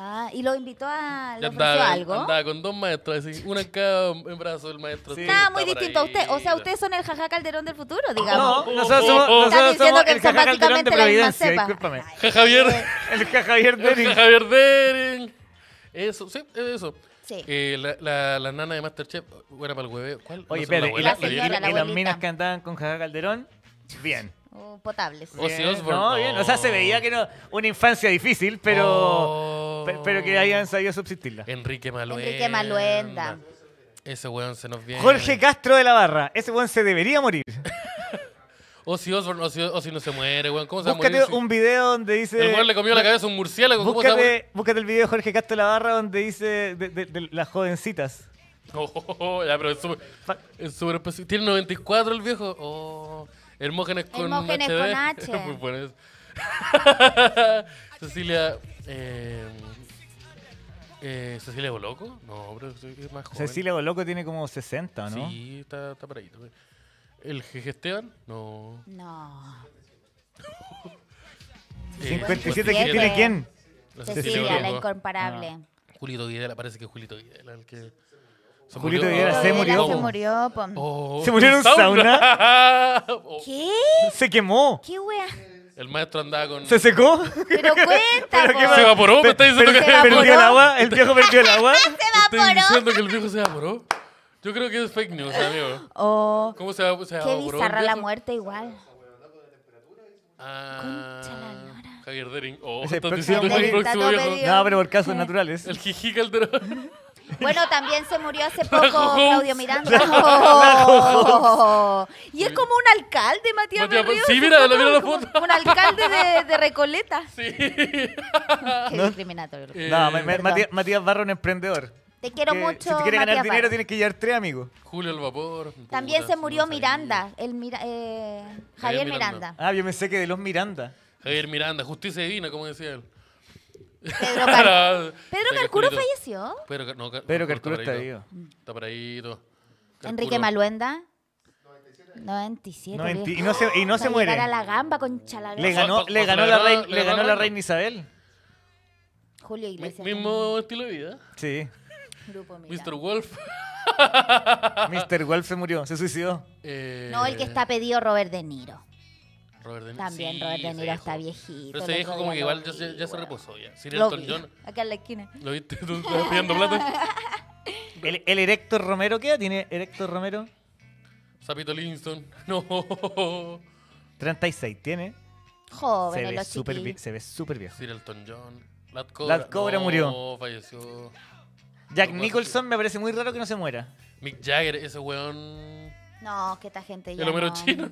C: Ah, y lo invitó a...
A: Y
C: ¿Le ofreció
A: andaba,
C: algo?
A: andaba con dos maestros, así, una en cada brazo del maestro.
B: Sí.
A: Está
C: Nada, muy
A: por
C: distinto a
A: ahí.
C: usted. O sea, ustedes son el jaja calderón del futuro, digamos.
B: No, nosotros somos,
A: Oh, oh, oh.
B: nosotros
C: Están
B: somos
C: diciendo que
B: el
C: son
B: Jaja Calderón de
C: prácticamente la misma
B: Providencia,
C: cepa.
B: discúlpame.
A: Ja, Javier,
B: El
A: <laughs>
B: Jaja Javier
A: ja,
B: Dering.
A: Javier Dering. Eso, sí, eso.
C: Sí.
A: Eh, la, la, la nana de Masterchef, buena para el hueveo. ¿Cuál?
B: Oye,
A: No sé, una
B: espérate, y,
A: abuela,
B: la- y-
C: la
B: y-
C: señora, la
B: y las
C: abuelita.
B: minas que andaban con Jaja Calderón, bien.
C: Oh, potables.
A: Ozzy
B: Bien,
A: Osbourne,
B: No, bien. O sea, se
A: no.
B: veía que era una infancia difícil, pero,
A: Oh. Eh.
B: pe- pero que habían sabido subsistirla.
A: Enrique Maluenda.
C: Enrique Maluenda.
A: Ese weón se nos viene.
B: Jorge Castro de la Barra, ese buen se debería morir.
A: Ozzy Osbourne, Ozzy, Ozzy oh, no se muere, weón. ¿Cómo se va a
B: Búscate
A: morir si-
B: un video donde dice.
A: El weón le comió la cabeza a un murciélago. ¿Cómo se va a morir?
B: Búscate, búscate el video de Jorge Castro de la Barra donde dice de, de- de las jovencitas.
A: Oh, oh, <laughs> oh, ya, pero es súper
B: Fa-
A: es súper específico. Tiene 94 el viejo. Oh, Hermógenes con
C: Hermógenes
A: HD. <laughs>
C: con H.
A: Muy bueno eso. Cecilia. Eh, eh, ¿Cecilia Boloco? No, pero es más joven.
B: Cecilia Boloco tiene como 60, ¿no?
A: Sí, está, está por ahí. está por ahí. ¿El jeje Esteban? No.
C: No.
A: Eh,
B: 57, ¿quién
C: 57.
B: tiene quién?
A: La
C: Cecilia, la
A: Boloco.
C: incomparable.
B: Ah.
A: Julito Videla, parece que es Julito Videla el que. se
B: Julito
A: murió.
B: Videla se
C: Pero
B: murió,
C: Se
B: po.
C: murió, po.
A: Oh,
B: ¿Se murió en un
A: sauna? <laughs> Oh,
C: ¿Qué?
B: Se quemó.
C: ¿Qué wea?
A: El maestro andaba con.
B: ¿Se secó?
C: Pero cuenta,
B: <laughs> ¿Pero qué
C: po.
B: más?
A: Se evaporó, me está
B: Per-
A: diciendo
B: per-
A: que-
B: perdió el
C: ¿Se
B: agua, el viejo perdió el
C: <laughs>
B: agua.
A: ¿Estoy diciendo que el viejo se evaporó? Yo creo que es fake news, amigo.
C: Oh,
A: ¿Cómo se, evapo- se
C: qué
A: evaporó? el
C: bizarra la
A: viejo?
C: muerte igual. Concha la
A: Ah,
C: lora.
A: Javier Dering. Oh,
B: Es el
A: estás
B: próximo
A: diciendo que el
C: Dering, está
A: próximo
C: todo
A: viejo.
C: pedido.
B: No, pero por casos naturales.
A: El Jiji Calderón. <laughs>
C: Bueno, también se murió hace poco
A: Jojo.
C: Claudio Miranda. Oh. Y es como un alcalde, Matías
A: Matías,
C: Berríos.
A: sí,
C: es
A: mira,
C: como-
A: mira la
C: como
A: foto.
C: Un alcalde de, de Recoleta.
A: Sí.
C: <laughs> Qué discriminatorio.
A: Eh,
B: No, Ma- Ma- Matías, Matías Barro, un emprendedor.
C: Te quiero
B: Que
C: mucho.
B: Si te quieres ganar
C: Matías
B: dinero,
C: Barro.
B: tienes que llevar tres amigos.
A: Julio el Vapor.
C: También
A: puta,
C: se murió
A: no sabía.
C: Miranda, el Mira- eh, Javier
A: Miranda.
C: Miranda.
B: Ah, yo pensé que de los Miranda.
A: Javier Miranda, justicia divina, como decía él.
C: Pedro, Cal-
A: <laughs>
C: Pedro
A: Sí,
C: Calcuro
A: Calculito.
C: falleció.
A: Pedro, Ca- no, Ca-
B: Pedro Calcuro está
A: paradito. Está paradito.
C: Enrique
A: Calcuro.
C: Maluenda. 97.
B: Noventa-
C: viejo.
B: y no se, y no
C: Va
B: se
C: a
B: muere.
C: llegar a la gamba con chalabra.
B: Le ganó,
A: Pa-
B: le
A: pa-
B: ganó,
A: pa-
B: la,
A: pa-
B: reina,
A: pa-
B: le
A: pa-
B: ganó
A: pa-
B: la reina Isabel.
C: Julio
A: Mi-
C: Iglesias.
A: Mismo estilo de vida.
B: <laughs> Sí.
C: también, grupo Miranda.
A: Mr. Wolf.
B: Mr. Wolf se murió, se suicidó.
A: eh,
C: No, el que está pedido Robert De Niro.
A: Robert De Niro.
C: También
A: Sí,
C: Robert De
A: ese
C: Niro está
A: viejo.
C: viejito.
A: Pero
C: el
A: ese viejo
C: otro
A: como
C: día
A: que
C: lo
A: igual ya
C: vi,
A: se, ya se
C: weón.
A: reposó ya. Sir
C: Lo
A: Elton
C: vi,
A: John,
C: acá en la esquina.
A: ¿lo viste
C: <laughs>
A: tú pidiendo plata?
B: ¿El, el Erector Romero qué edad tiene Erector Romero?
A: Sapito Livingston. <laughs> No.
B: 36 tiene. Se
C: Jóvenes
B: ve,
C: Oh, los
B: súper vi-
C: chiquillos.
B: se ve súper viejo.
A: Sir Elton John. Lat Cobra.
B: Lat Cobra
A: no,
B: murió.
A: falleció.
B: Jack
A: No puedo
B: Nicholson me parece muy raro que no se muera.
A: Mick Jagger, ese weón.
C: No, que esta gente ya
A: El Homero
C: no-
A: Chino.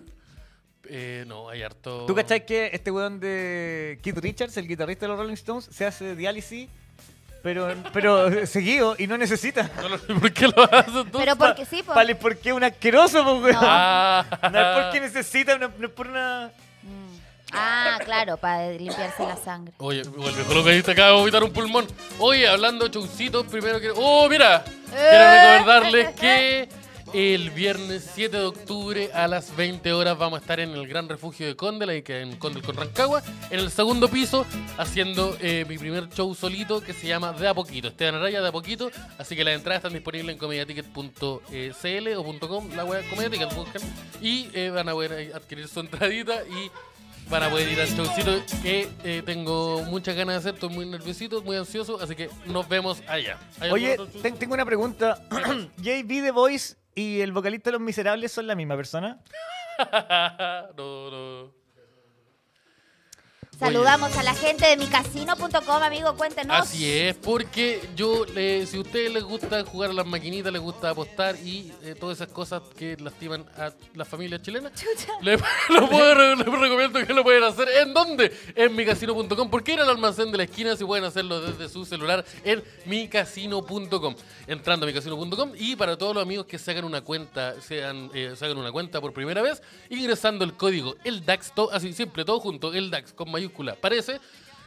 A: Eh, no, hay harto.
B: ¿Tú cachás que este weón de Keith Richards, el guitarrista de los Rolling Stones, se hace diálisis, pero, pero
C: <laughs>
B: seguido y no necesita?
A: No lo sé, ¿Por qué lo haces tú?
C: Pero porque sí, po.
B: Vale, ¿por qué un asqueroso, po, weón? No.
A: Ah.
B: es porque necesita, no, no es por una...
C: Mm. Ah, claro, para limpiarse la sangre.
A: Oye, el viejo loco ahí te acaba de vomitar un pulmón. Oye, hablando de showcitos, primero que. ¡Oh, mira! Quiero recordarles que el viernes 7 de octubre a las 20 horas vamos a estar en el Gran Refugio de Condel, ahí que en Condel con Rancagua, en el segundo piso, haciendo eh, mi primer show solito que se llama De a Poquito. Esteban Araya, De a Poquito. Así que las entradas están disponibles en comediaticket.cl o .com, la web comediaticket, buscan. Y eh, van a poder adquirir su entradita y van a poder ir al showcito que eh, tengo muchas ganas de hacer, estoy muy nerviosito, muy ansioso, así que nos vemos allá. ¿Hay
B: Oye,
A: algún otro show?
B: ten- tengo una pregunta. <clears throat> JB The Voice y el vocalista de Los Miserables son la misma persona.
A: <laughs> no, no.
C: Saludamos a la gente de micasino.com, amigo, cuéntenos.
A: Así es, porque yo, le- si a ustedes les gusta jugar a las maquinitas, les gusta apostar y eh, todas esas cosas que lastiman a las familias chilenas, <laughs> le- lo puedo- les recomiendo que lo pueden hacer. ¿En dónde? En micasino.com. Porque en el almacén de la esquina si pueden hacerlo desde su celular en micasino.com. Entrando a micasino.com y para todos los amigos que sacan una cuenta, sean, eh, sacan una cuenta por primera vez, ingresando el código el DAX, todo- así siempre, todo junto, el DAX con mayúscula, parece.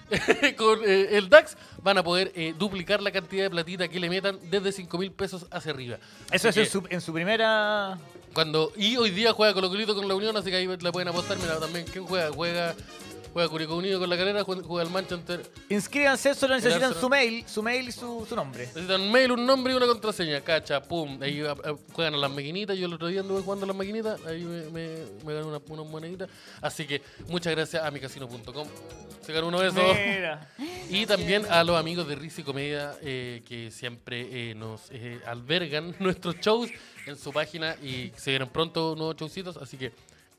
A: <laughs> con eh, el DAX van a poder eh, duplicar la cantidad de platita que le metan desde 5 mil pesos hacia arriba.
B: Eso es
A: Así
B: en
A: que
B: su, en su primera...
A: cuando Y hoy día juega Colo Colito con la Unión, así que ahí la pueden apostar. Mira, también, ¿quién juega? Juega, juega Curicó Unido con la carrera, juega, juega el Manchester.
B: Inscríbanse, solo necesitan
A: Arsenal.
B: su mail, su mail y su, su nombre.
A: Necesitan mail, un nombre y una contraseña. Cacha, pum. Ahí ah, ah, juegan a las maquinitas. Yo el otro día anduve jugando a las maquinitas. Ahí me, me, me gané una- unas moneditas. Así que muchas gracias a micasino.com. Se ganó uno de esos.
B: Mira.
A: Y también a los amigos de Risa y Comedia eh, que siempre eh, nos eh, albergan <laughs> nuestros shows en su página y se vienen pronto nuevos showcitos, así que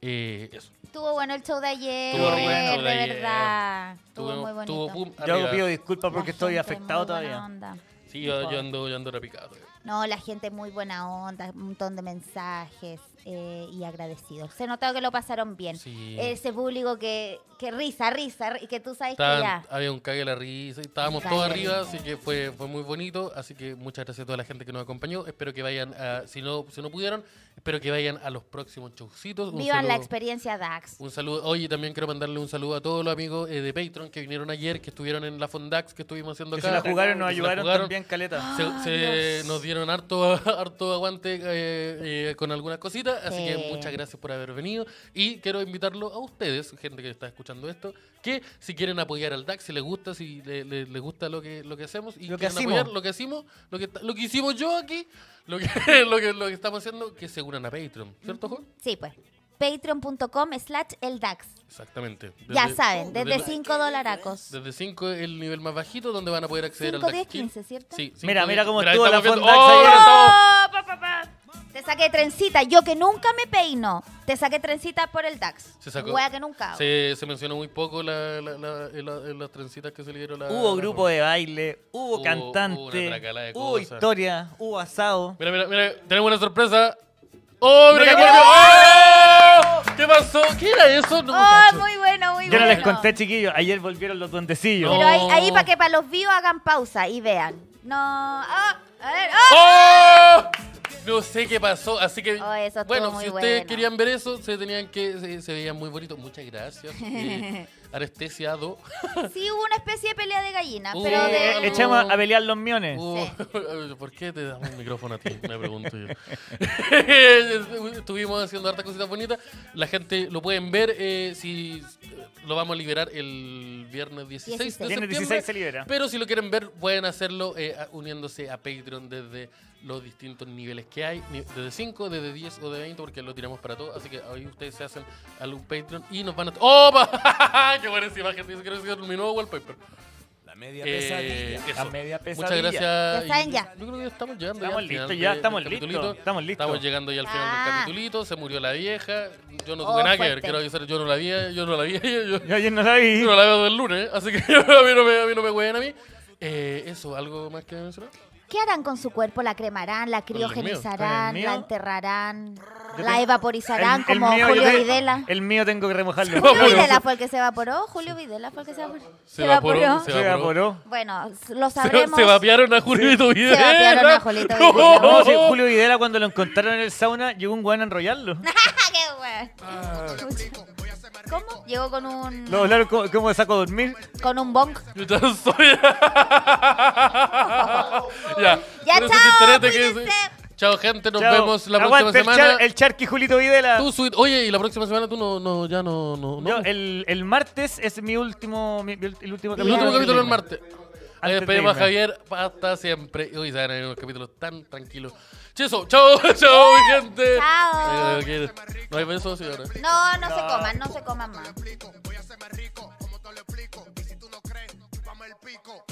A: eh, eso.
C: Estuvo bueno el show de ayer,
A: Estuvo bueno el show
C: de,
A: de ayer.
C: verdad. Estuvo
A: Tuvo-
C: muy bonito.
A: tuvo pum,
B: Yo
A: arriba.
B: pido disculpas
C: La
B: porque estoy
C: gente es
B: afectado
C: muy buena
B: todavía.
C: onda.
A: Sí, yo, yo ando, yo ando repicado.
C: No, la gente es muy buena onda, un montón de mensajes eh, y agradecidos. Se notó que lo pasaron bien.
A: Sí.
C: Ese público que, que risa, risa, y que tú sabes que
A: Estaban-
C: ya.
A: había un cague de la risa y estábamos
C: Cague
A: todos
C: de
A: arriba,
C: risa.
A: así que fue, fue muy bonito. Así que muchas gracias a toda la gente que nos acompañó. Espero que vayan, a, si, no, si no pudieron, espero que vayan a los próximos showcitos. Un
C: Vivan la
A: saludo.
C: experiencia DAX.
A: Un saludo. Oye, también quiero mandarle un saludo a todos los amigos eh, de Patreon que vinieron ayer, que estuvieron en la Fondax, que estuvimos haciendo
B: Que
A: acá.
B: se la jugaron, nos
A: que se la
B: ayudaron
A: jugaron.
B: también, Caleta.
C: Ah,
A: Se- se nos dieron harto, <laughs> harto aguante eh, eh, con algunas cositas, así que
C: Sí.
A: muchas gracias por haber venido. Y quiero invitarlo a ustedes, gente que está escuchando esto, que si quieren apoyar al DAX, si les gusta, si le- le- les gusta lo que, lo que hacemos y
B: Lo que
A: quieren
B: hacimos.
A: apoyar lo que hacimos, lo que, lo que hicimos yo aquí, lo que, <laughs> lo, que, lo que estamos haciendo, que se unan a Patreon, ¿cierto, Juan?
C: Sí, pues. Patreon.com slash el DAX.
A: Exactamente.
C: ya
A: Desde-
C: saben, desde
A: lo-
C: 5 dolaracos.
A: Desde 5 es el nivel más bajito donde van a poder acceder
C: Cinco,
A: al DAX
C: diez,
A: Kids.
C: quince, ¿cierto?
A: Sí,
B: Mira,
A: cinco,
B: mira
A: diez.
B: cómo
A: ahí ¡Oh!
B: estuvo la
A: estamos viendo-
B: Fondax
A: ¡Oh,
B: ayer.
A: estamos-
C: Te saqué trencita. Yo que nunca me peino, te saqué trencita por el DAX.
A: Se sacó.
C: Wea que nunca. hago.
A: Se, se mencionó muy poco la, la- la- en la- en las trencitas que se le dieron. La,
B: Hubo
A: la-
B: grupo de baile,
A: Ah,
B: hubo,
A: Hubo- hubo una
B: cantante,
A: tracalada de
B: hubo
A: cosas.
B: historia, hubo asado.
A: Mira, mira, mira, tenemos una sorpresa. ¡Oh, mira
B: Mira
A: qué
B: que-
A: volvió! ¡Oh! ¿Qué pasó? ¿Qué era eso? No,
C: Oh,
A: cacho.
C: muy bueno, muy
B: Yo
C: bueno.
B: no les conté, chiquillos, ayer volvieron los duendecillos.
C: Pero
A: No.
C: ahí, para que para los vivos hagan pausa y vean. No. ah, a ver. ah.
A: ¡Oh! No sé qué pasó, así que
C: Oh, eso estuvo
A: bueno,
C: muy
A: si ustedes
C: bueno.
A: querían ver eso, se tenían que se, se veían muy bonito. Muchas
C: <laughs>
A: gracias. eh, anestesiado.
C: Sí hubo una especie de pelea de gallinas,
A: Uh,
C: pero
A: eh,
C: de.
B: Echamos a pelear los miones.
A: Uh, <laughs> ¿Por qué te damos un micrófono a ti? Me pregunto
C: <laughs>
A: yo. <laughs> Estuvimos haciendo hartas cositas bonitas. La gente lo pueden ver. eh, si lo vamos a liberar el viernes 16 de
C: Dieciséis.
B: Viernes
A: septiembre.
B: 16 se libera.
A: Pero si lo quieren ver, pueden hacerlo eh, a- uniéndose a Patreon desde los distintos niveles que hay, ni- desde 5, desde 10 o de 20, porque lo tiramos para todos. Así que ahí ustedes se hacen algún Patreon y nos van a. ¡Opa! <laughs> ¡Qué buena esa imagen! Dice que es mi nuevo wallpaper.
F: La media
A: Eh,
F: pesadilla.
A: eso.
B: La media
A: Muchas
B: pesadilla.
A: gracias.
C: Ya saben, ya.
A: Yo creo que estamos llegando ya
B: Estamos
A: al final
B: listos, ya
A: de-
B: estamos
A: del
B: listos,
A: capitulito.
B: estamos listos.
A: Estamos llegando ya al final
C: Ah.
A: del capitulito. Se murió la vieja. Yo no
C: Oh,
A: tuve nada que ver.
C: fuerte.
A: Quiero avisar, yo no la vi, yo no la vi, <laughs> yo,
B: Yo ayer no
A: yo
B: sabía.
A: no la veo del lunes. Así que <laughs> a mí no me, a mí no me hueven a mí. Eh, eso, ¿algo más que mencionar?
C: ¿Qué harán con su cuerpo? ¿La cremarán? ¿La
A: el mío.
B: ¿Con
C: criogenizarán?
B: el mío?
C: ¿La enterrarán? ¿La evaporizarán
B: El- el
C: como
B: mío, yo
C: Julio
B: te-
C: Videla?
B: El mío tengo que remojarlo.
A: No,
C: Julio
A: pero-
C: Videla fue el que se evaporó. Julio Videla fue el que se evaporó.
A: se
B: Se evaporó.
C: Bueno, s- lo
A: Se,
C: sabremos. <laughs>
A: se vapearon a Julito Videla.
C: vapearon a Julito
A: ¿Eh? No.
C: Videla.
B: No, sí, Julio Videla cuando lo encontraron en el sauna, llegó un weón a enrollarlo.
C: ¡Qué bueno!
B: Ah.
C: ¿Cómo? Llegó con un,
B: Lo doblaron como, como de saco a dormir.
C: con un bong.
A: Yo ya soy. <laughs> ya.
C: Ya,
A: Con esos
C: chao,
A: tinteretes que-
C: cuídense.
A: Chao, gente. Nos
B: Chao.
A: vemos la
B: Aguante
A: próxima
B: el char-
A: semana.
B: El charqui Julito Videla.
A: <laughs> Tú, Sweet. Oye, y la próxima semana tú no, no ya no. no, no.
B: Yo, el, el martes es mi último, mi- mi ult- el último
A: el último capítulo el martes. Ahí
B: de
A: despedimos a
B: eh, irme.
A: Javier. Hasta siempre. Hoy se van a venir unos capítulos tan tranquilos. Cheso, chao, <laughs> chao, mi gente.
C: Chao.
A: Eh, ¿qué? No hay besos, sí, ahora.
C: No, no se coman, no se coman más.
G: explico, voy a ser más rico, como te lo explico. Y si tú no crees, chupame el pico.